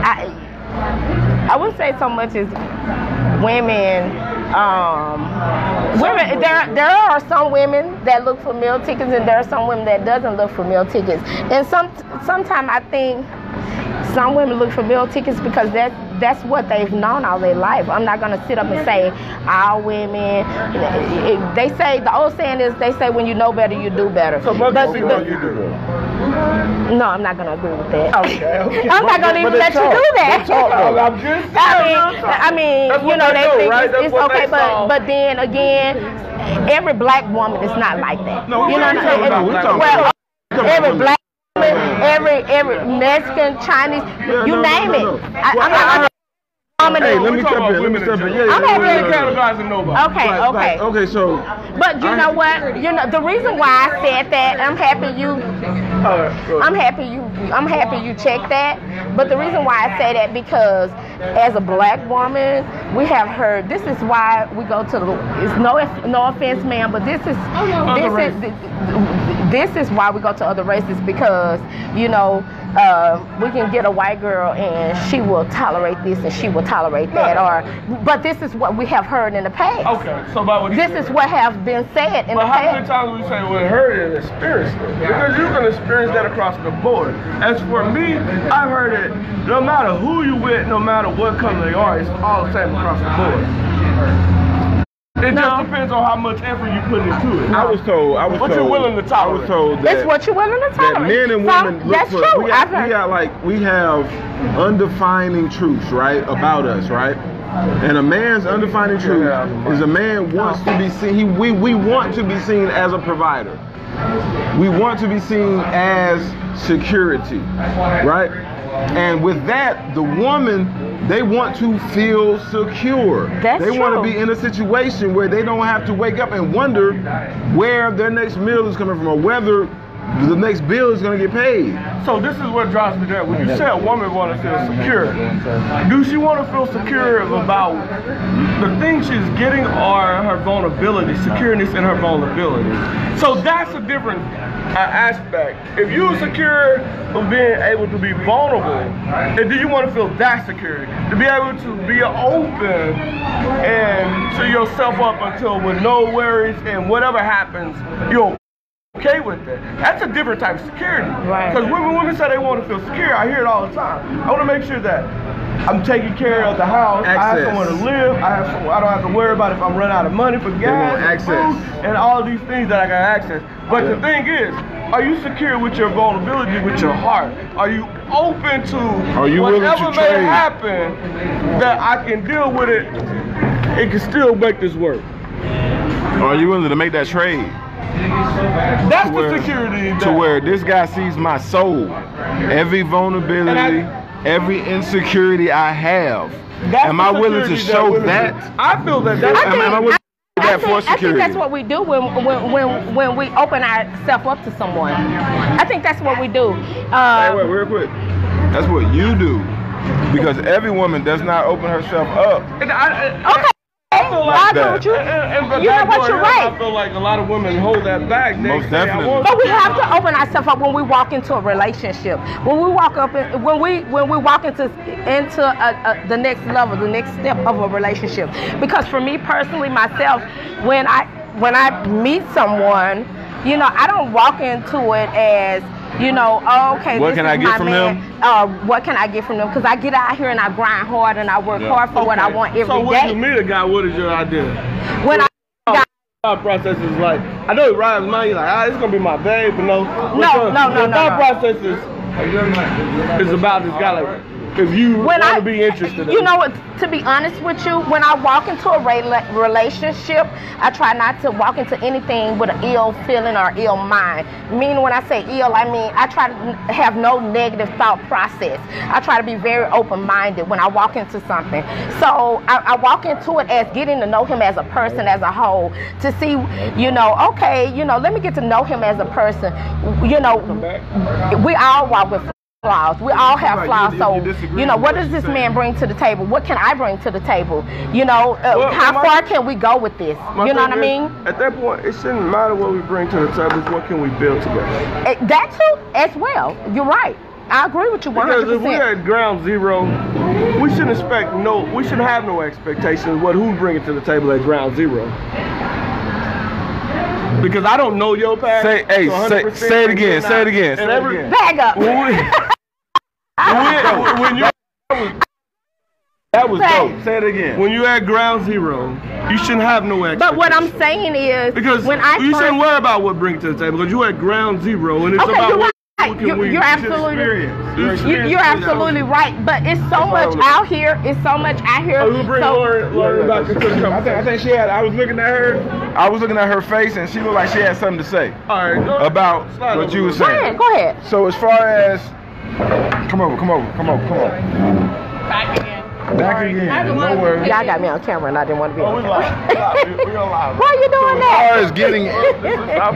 Speaker 6: I. I wouldn't say so much as women. Um, women, there there are some women that look for meal tickets, and there are some women that doesn't look for meal tickets. And some sometimes I think some women look for meal tickets because that that's what they've known all their life. I'm not gonna sit up and say all women. They say the old saying is they say when you know better you do better. But
Speaker 2: Most
Speaker 6: the-
Speaker 2: people you do that.
Speaker 6: no, I'm not gonna agree with that.
Speaker 2: Okay, okay.
Speaker 6: I'm not gonna even let you do that.
Speaker 2: I'm just
Speaker 6: I mean, I mean, you know,
Speaker 1: they
Speaker 6: they
Speaker 1: know,
Speaker 6: think
Speaker 1: right?
Speaker 6: it's,
Speaker 1: That's
Speaker 6: it's
Speaker 1: what they
Speaker 6: okay,
Speaker 1: saw.
Speaker 6: but but then again, every black woman is not like that.
Speaker 1: No, we
Speaker 6: you know,
Speaker 1: ain't
Speaker 6: what
Speaker 1: talking
Speaker 6: I'm
Speaker 1: about
Speaker 6: saying?
Speaker 1: black women.
Speaker 2: We're
Speaker 6: well,
Speaker 2: talking
Speaker 6: every
Speaker 2: about
Speaker 6: black woman, every every Mexican, Chinese, you
Speaker 2: no, no,
Speaker 6: name
Speaker 2: no, no.
Speaker 6: it. I, I'm not gonna
Speaker 2: Hey,
Speaker 6: hey,
Speaker 2: let me step
Speaker 1: talking about
Speaker 2: in. Let me
Speaker 1: women
Speaker 2: step
Speaker 1: in
Speaker 2: in. Yeah, yeah,
Speaker 6: I'm
Speaker 2: yeah,
Speaker 6: not
Speaker 2: yeah,
Speaker 6: really
Speaker 2: yeah.
Speaker 1: Categorizing nobody.
Speaker 6: Okay,
Speaker 2: Right,
Speaker 6: okay.
Speaker 2: right. Okay, so
Speaker 6: But you know what? You know the reason why I said that. I'm happy you. I'm happy you. I'm happy you checked that. But the reason why I say that because as a black woman, we have heard. This is why we go to the. It's no no offense, ma'am, but this is this is this is why we go to other races because you know uh, we can get a white girl and she will tolerate this and she will tolerate that or but this is what we have heard in the past.
Speaker 1: Okay, so about what you
Speaker 6: This
Speaker 1: said.
Speaker 6: is what have been said in the
Speaker 1: But how many
Speaker 6: past.
Speaker 1: times we say, well, her is experienced it? Because you can experience that across the board. As for me, I've heard it no matter who you with, no matter what color they are, it's all the same across the board. It just depends on how much effort you put into it.
Speaker 2: I was told. I was
Speaker 1: What you
Speaker 2: told.
Speaker 1: willing to
Speaker 2: I was
Speaker 1: tolerate?
Speaker 2: told that.
Speaker 6: It's what you're willing to
Speaker 2: that
Speaker 6: tolerate.
Speaker 2: men and
Speaker 6: So,
Speaker 2: women look
Speaker 6: that's
Speaker 2: for
Speaker 6: true.
Speaker 2: we got,
Speaker 6: I've heard.
Speaker 2: we got like we have undefining truths right about us right and a man's undefining truth is a man wants to be seen he, we, we want to be seen as a provider we want to be seen as security right and with that the woman they want to feel secure
Speaker 6: That's
Speaker 2: they want to
Speaker 6: true.
Speaker 2: be in a situation where they don't have to wake up and wonder where their next meal is coming from or whether the next bill is going to get paid.
Speaker 1: So this is what drives me there. When you say a woman want to feel secure, do she want to feel secure about the things she's getting or her vulnerability, secureness in her vulnerability? So that's a different uh, aspect. If you're secure of being able to be vulnerable, and do you want to feel that secure? To be able to be open and to yourself up until with no worries and whatever happens, you're okay with that. That's a different type of security.
Speaker 6: Right.
Speaker 1: Because women, women say they want to feel secure. I hear it all the time. I want to make sure that I'm taking care of the house. I have
Speaker 2: Access.
Speaker 1: somewhere to live. I have. Some, I don't have to worry about if I'm running out of money for gas,
Speaker 2: want
Speaker 1: and
Speaker 2: access.
Speaker 1: food, and all these things that I got access. But the thing is, are you secure with your vulnerability, with your heart? Are you open to
Speaker 2: Are you willing to
Speaker 1: whatever may
Speaker 2: trade?
Speaker 1: happen that I can deal with it? It can still make this work.
Speaker 2: Are you willing to make that trade
Speaker 1: That's
Speaker 2: where-
Speaker 1: the security.
Speaker 2: to
Speaker 1: that-
Speaker 2: where this guy sees my soul, every vulnerability,
Speaker 1: And
Speaker 2: every insecurity I have?
Speaker 1: That's
Speaker 2: am
Speaker 1: the
Speaker 2: I willing to
Speaker 1: security
Speaker 2: show
Speaker 1: women
Speaker 2: that?
Speaker 1: do. I feel that that's
Speaker 2: Am, am I willing to do
Speaker 6: I
Speaker 2: that for
Speaker 6: think, I think
Speaker 2: security?
Speaker 6: that's what we do when when, when when we open ourselves up to someone. I think that's what we do.
Speaker 2: Hey, wait,
Speaker 6: Uh,
Speaker 2: real quick. That's what you do. Because every woman does not open herself up.
Speaker 1: And I, I-
Speaker 6: okay, I
Speaker 1: feel like
Speaker 6: agree
Speaker 2: that.
Speaker 6: with you.
Speaker 1: And, and, and
Speaker 6: You know
Speaker 1: back
Speaker 6: what,
Speaker 1: door,
Speaker 6: you're
Speaker 1: yeah, I
Speaker 6: right.
Speaker 1: feel like a lot of women hold that back. They
Speaker 2: Most
Speaker 1: say, I
Speaker 2: definitely.
Speaker 1: want
Speaker 6: But we have to open ourselves up when we walk into a relationship. When we walk up, in, when we when we walk into into a, a, the next level, the next step of a relationship. Because for me personally, myself, when I when I meet someone, you know, I don't walk into it as you know, oh, okay,
Speaker 2: What
Speaker 6: this
Speaker 2: can
Speaker 6: is
Speaker 2: I get
Speaker 6: my
Speaker 2: from
Speaker 6: man.
Speaker 2: them?
Speaker 6: Uh, what can I get from them? Because I get out here and I grind hard and I work
Speaker 2: Yeah.
Speaker 6: hard for what I
Speaker 1: Okay.
Speaker 6: want every day.
Speaker 1: So when you meet a guy, what is your idea?
Speaker 6: when I
Speaker 1: Thought process is like, I know it rides mine. You're like, ah, it's gonna be my babe, but no, no,
Speaker 6: no, no,
Speaker 1: The
Speaker 6: no,
Speaker 1: thought
Speaker 6: no.
Speaker 1: process is is about this guy. Like, if you
Speaker 6: Mm-hmm. when
Speaker 1: want
Speaker 6: I
Speaker 1: to be interested,
Speaker 6: You
Speaker 1: in
Speaker 6: know what? To be honest with you, when I walk into a rela- relationship, I try not to walk into anything with an ill feeling or ill mind. Meaning, when I say ill, I mean I try to n- have no negative thought process. I try to be very open-minded when I walk into something. So I, I walk into it as getting to know him as a person as a whole to see, you know, okay, you know, let me get to know him as a person. You know, we all walk with flaws. We all have
Speaker 2: Right, you-
Speaker 6: flaws.
Speaker 2: you-
Speaker 6: So
Speaker 2: you disagree
Speaker 6: you know,
Speaker 2: with
Speaker 6: what
Speaker 2: what
Speaker 6: does
Speaker 2: she's
Speaker 6: this
Speaker 2: saying.
Speaker 6: man bring to the table? What can I bring to the table? You know, uh,
Speaker 1: Well,
Speaker 6: how
Speaker 1: my-
Speaker 6: far can we go with this?
Speaker 1: My
Speaker 6: you know
Speaker 1: thing
Speaker 6: what I
Speaker 1: is,
Speaker 6: mean?
Speaker 1: At that point, it shouldn't matter what we bring to the table. It's what can we build together?
Speaker 6: Eh, That too, as well. You're right. I agree with you
Speaker 1: Because if we're
Speaker 6: 100%.
Speaker 1: at ground zero, we shouldn't expect no, we shouldn't have no expectations of what who's bringing to the table at ground zero. Because I don't know your past.
Speaker 7: Say- hey,
Speaker 1: so
Speaker 7: say-
Speaker 1: 100%
Speaker 7: say it again, say it again,
Speaker 1: And
Speaker 7: say it
Speaker 1: every-
Speaker 7: again.
Speaker 6: Back up.
Speaker 1: When, we- when we- when you
Speaker 7: That was
Speaker 6: Say-
Speaker 7: dope. Say it again.
Speaker 1: when you at ground zero, you shouldn't have no expectations.
Speaker 6: But what I'm saying is,
Speaker 1: because
Speaker 6: when I
Speaker 1: you
Speaker 6: first,
Speaker 1: shouldn't worry about what bring to the table because you at ground zero and it's
Speaker 6: Okay,
Speaker 1: about
Speaker 6: you're
Speaker 1: what
Speaker 6: right.
Speaker 1: what can
Speaker 6: You're-
Speaker 1: we
Speaker 6: you're
Speaker 1: you should
Speaker 6: absolutely-
Speaker 1: experience. Your
Speaker 6: you,
Speaker 1: experience
Speaker 6: you're
Speaker 1: is-
Speaker 6: absolutely right. But it's so much out here. It's so much out here.
Speaker 1: Oh, you bring
Speaker 6: so,
Speaker 1: Lauren, Lauren back into the
Speaker 2: I think, I
Speaker 1: conversation.
Speaker 2: think she had. I was looking at her. I was looking at her face, and she looked like she had something to say
Speaker 1: All right, go ahead.
Speaker 2: about
Speaker 1: Slide
Speaker 2: what
Speaker 1: over
Speaker 2: you were
Speaker 1: there.
Speaker 6: Go
Speaker 2: saying.
Speaker 6: ahead. Go ahead.
Speaker 2: So as far as come over, come over, come over, come over.
Speaker 5: Back again.
Speaker 2: Back again. No worries.
Speaker 6: Y'all got me on camera, and I didn't want
Speaker 2: Oh,
Speaker 6: to be on camera.
Speaker 2: We're alive.
Speaker 6: Why are you doing
Speaker 2: As far
Speaker 6: that?
Speaker 2: as getting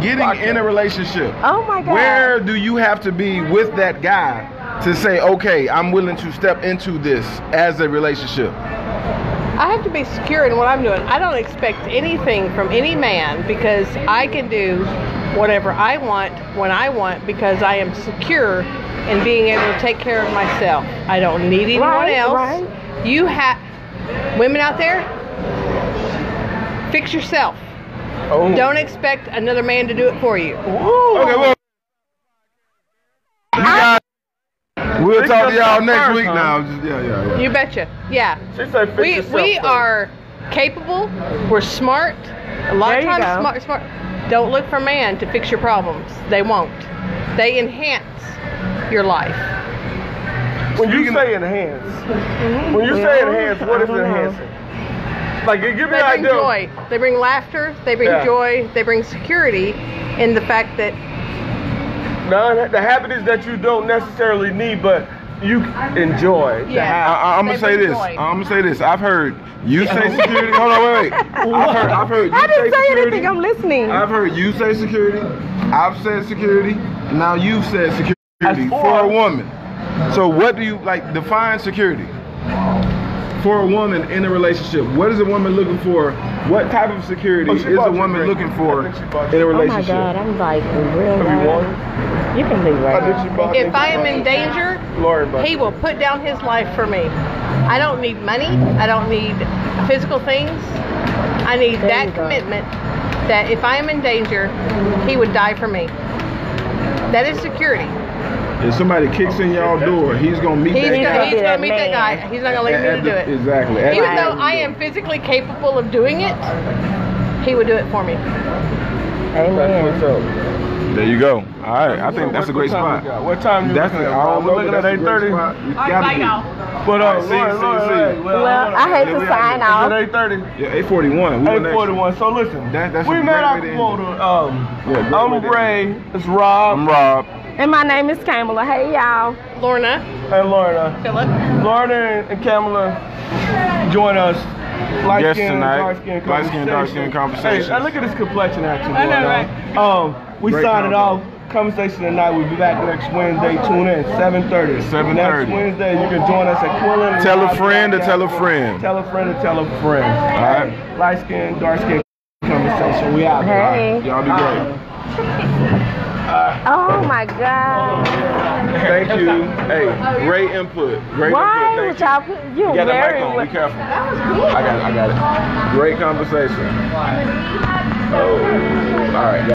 Speaker 2: getting in a relationship,
Speaker 6: Oh my God.
Speaker 2: where do you have to be with that guy to say, okay, I'm willing to step into this as a relationship?
Speaker 5: I have to be secure in what I'm doing. I don't expect anything from any man because I can do whatever I want when I want because I am secure in being able to take care of myself. I don't need anyone
Speaker 6: Right,
Speaker 5: else.
Speaker 6: right.
Speaker 5: You have women out there. Fix yourself.
Speaker 2: Oh.
Speaker 5: Don't expect another man to do it for you.
Speaker 2: Okay, well. You guys- We'll talk to y'all next week. Now, just, yeah, yeah, yeah.
Speaker 5: You betcha. Yeah.
Speaker 1: She said fix
Speaker 5: we
Speaker 1: yourself
Speaker 5: we
Speaker 1: first.
Speaker 5: are capable. We're smart. A lot
Speaker 6: There
Speaker 5: of
Speaker 6: you
Speaker 5: times,
Speaker 6: go.
Speaker 5: smart, smart. Don't look for man to fix your problems. They won't. They enhance your life.
Speaker 1: When you
Speaker 2: Speaking
Speaker 1: say enhance, when you say enhance, what is enhancing? Like, give me an
Speaker 5: They bring
Speaker 1: idea.
Speaker 5: joy. They bring laughter. They bring
Speaker 1: Yeah.
Speaker 5: joy. They bring security in the fact that
Speaker 1: None, the happiness that you don't necessarily need, but you enjoy. the
Speaker 5: Yeah.
Speaker 1: hap-
Speaker 2: I, am
Speaker 5: They
Speaker 2: gonna say
Speaker 5: bring
Speaker 2: this.
Speaker 5: joy.
Speaker 2: I'm gonna say this. I've heard you say security. Hold on, wait, wait. I've heard. I've heard. You
Speaker 6: I didn't say
Speaker 2: security.
Speaker 6: anything. I'm listening.
Speaker 2: I've heard you say security. I've said security. Now you've said security for a woman. So what do you like? Define security for a woman in a relationship. What is a woman looking for? What type of security
Speaker 1: Oh,
Speaker 2: is
Speaker 1: she bought
Speaker 2: a
Speaker 1: you
Speaker 2: woman
Speaker 1: a drink.
Speaker 2: looking for
Speaker 1: I think she bought
Speaker 2: in a
Speaker 6: Oh my
Speaker 2: relationship?
Speaker 6: God. I'm like real.
Speaker 1: If you
Speaker 6: life.
Speaker 1: want.
Speaker 6: You can leave right now.
Speaker 5: if I am in danger,
Speaker 1: Lauren, but
Speaker 5: He will put down his life for me. I don't need money. I don't need physical things. I need
Speaker 6: There you
Speaker 5: that
Speaker 6: go.
Speaker 5: commitment that if I am in danger, he would die for me. That is security.
Speaker 2: If somebody kicks in y'all door, he's gonna meet
Speaker 5: He's
Speaker 2: that
Speaker 5: gonna,
Speaker 2: guy.
Speaker 5: he's gonna meet that guy. He's not gonna leave
Speaker 2: at
Speaker 5: me to do
Speaker 2: the-
Speaker 5: it.
Speaker 2: Exactly. at
Speaker 5: Even
Speaker 2: the-
Speaker 5: though I am physically capable of doing it, he would do it for me.
Speaker 6: Amen.
Speaker 2: There you go. All right, I think that's a great
Speaker 1: What time
Speaker 2: spot.
Speaker 1: we got? What time you
Speaker 2: That's
Speaker 1: looking
Speaker 2: an
Speaker 1: at?
Speaker 2: hour.
Speaker 1: We're looking at 8:30. But
Speaker 2: All
Speaker 1: uh,
Speaker 2: right, see you,
Speaker 1: Lauren,
Speaker 2: see you,
Speaker 1: Lauren,
Speaker 2: see you.
Speaker 1: hey, well,
Speaker 6: Well, I hate to sign
Speaker 1: Is
Speaker 6: off.
Speaker 1: it 8:30?
Speaker 2: Yeah, eight forty one.
Speaker 1: Eight forty one. So listen,
Speaker 2: That- that's a
Speaker 1: we
Speaker 2: great
Speaker 1: made
Speaker 2: way
Speaker 1: our
Speaker 2: to end
Speaker 1: quota. Um,
Speaker 2: Yeah, great way
Speaker 1: I'm
Speaker 2: to
Speaker 1: Ray. It's Rob
Speaker 2: I'm Rob.
Speaker 6: And my name is Kamala. Hey, y'all.
Speaker 5: Lorna,
Speaker 1: and Lorna.
Speaker 5: Philip.
Speaker 1: Lorna and Kamala join us. Light
Speaker 2: Yes,
Speaker 1: skin,
Speaker 2: tonight.
Speaker 1: dark skin,
Speaker 2: Light skin, dark skin conversations.
Speaker 1: Hey, look at this complexion action.
Speaker 5: I know,
Speaker 1: going on. Um, we
Speaker 2: Great
Speaker 1: signing off.
Speaker 2: combo.
Speaker 1: Conversation tonight. We'll be back next Wednesday. Tune in 7:30.
Speaker 2: 7:30.
Speaker 1: Next Wednesday, you can join us at Quillen.
Speaker 2: Tell a friend to tell a friend.
Speaker 1: Tell a friend to tell a friend.
Speaker 2: All right.
Speaker 1: Light skin, dark skin conversation. We out.
Speaker 6: Hey.
Speaker 2: Y'all be great.
Speaker 6: Oh my God.
Speaker 2: Thank you. Hey, great input. Oh, Great
Speaker 6: Why
Speaker 2: input.
Speaker 6: would
Speaker 2: Thank
Speaker 6: y'all put you
Speaker 2: you. You got the
Speaker 6: very
Speaker 2: mic on. Be
Speaker 6: well-
Speaker 2: careful. I got it. I got it. Great conversation. Oh, all right.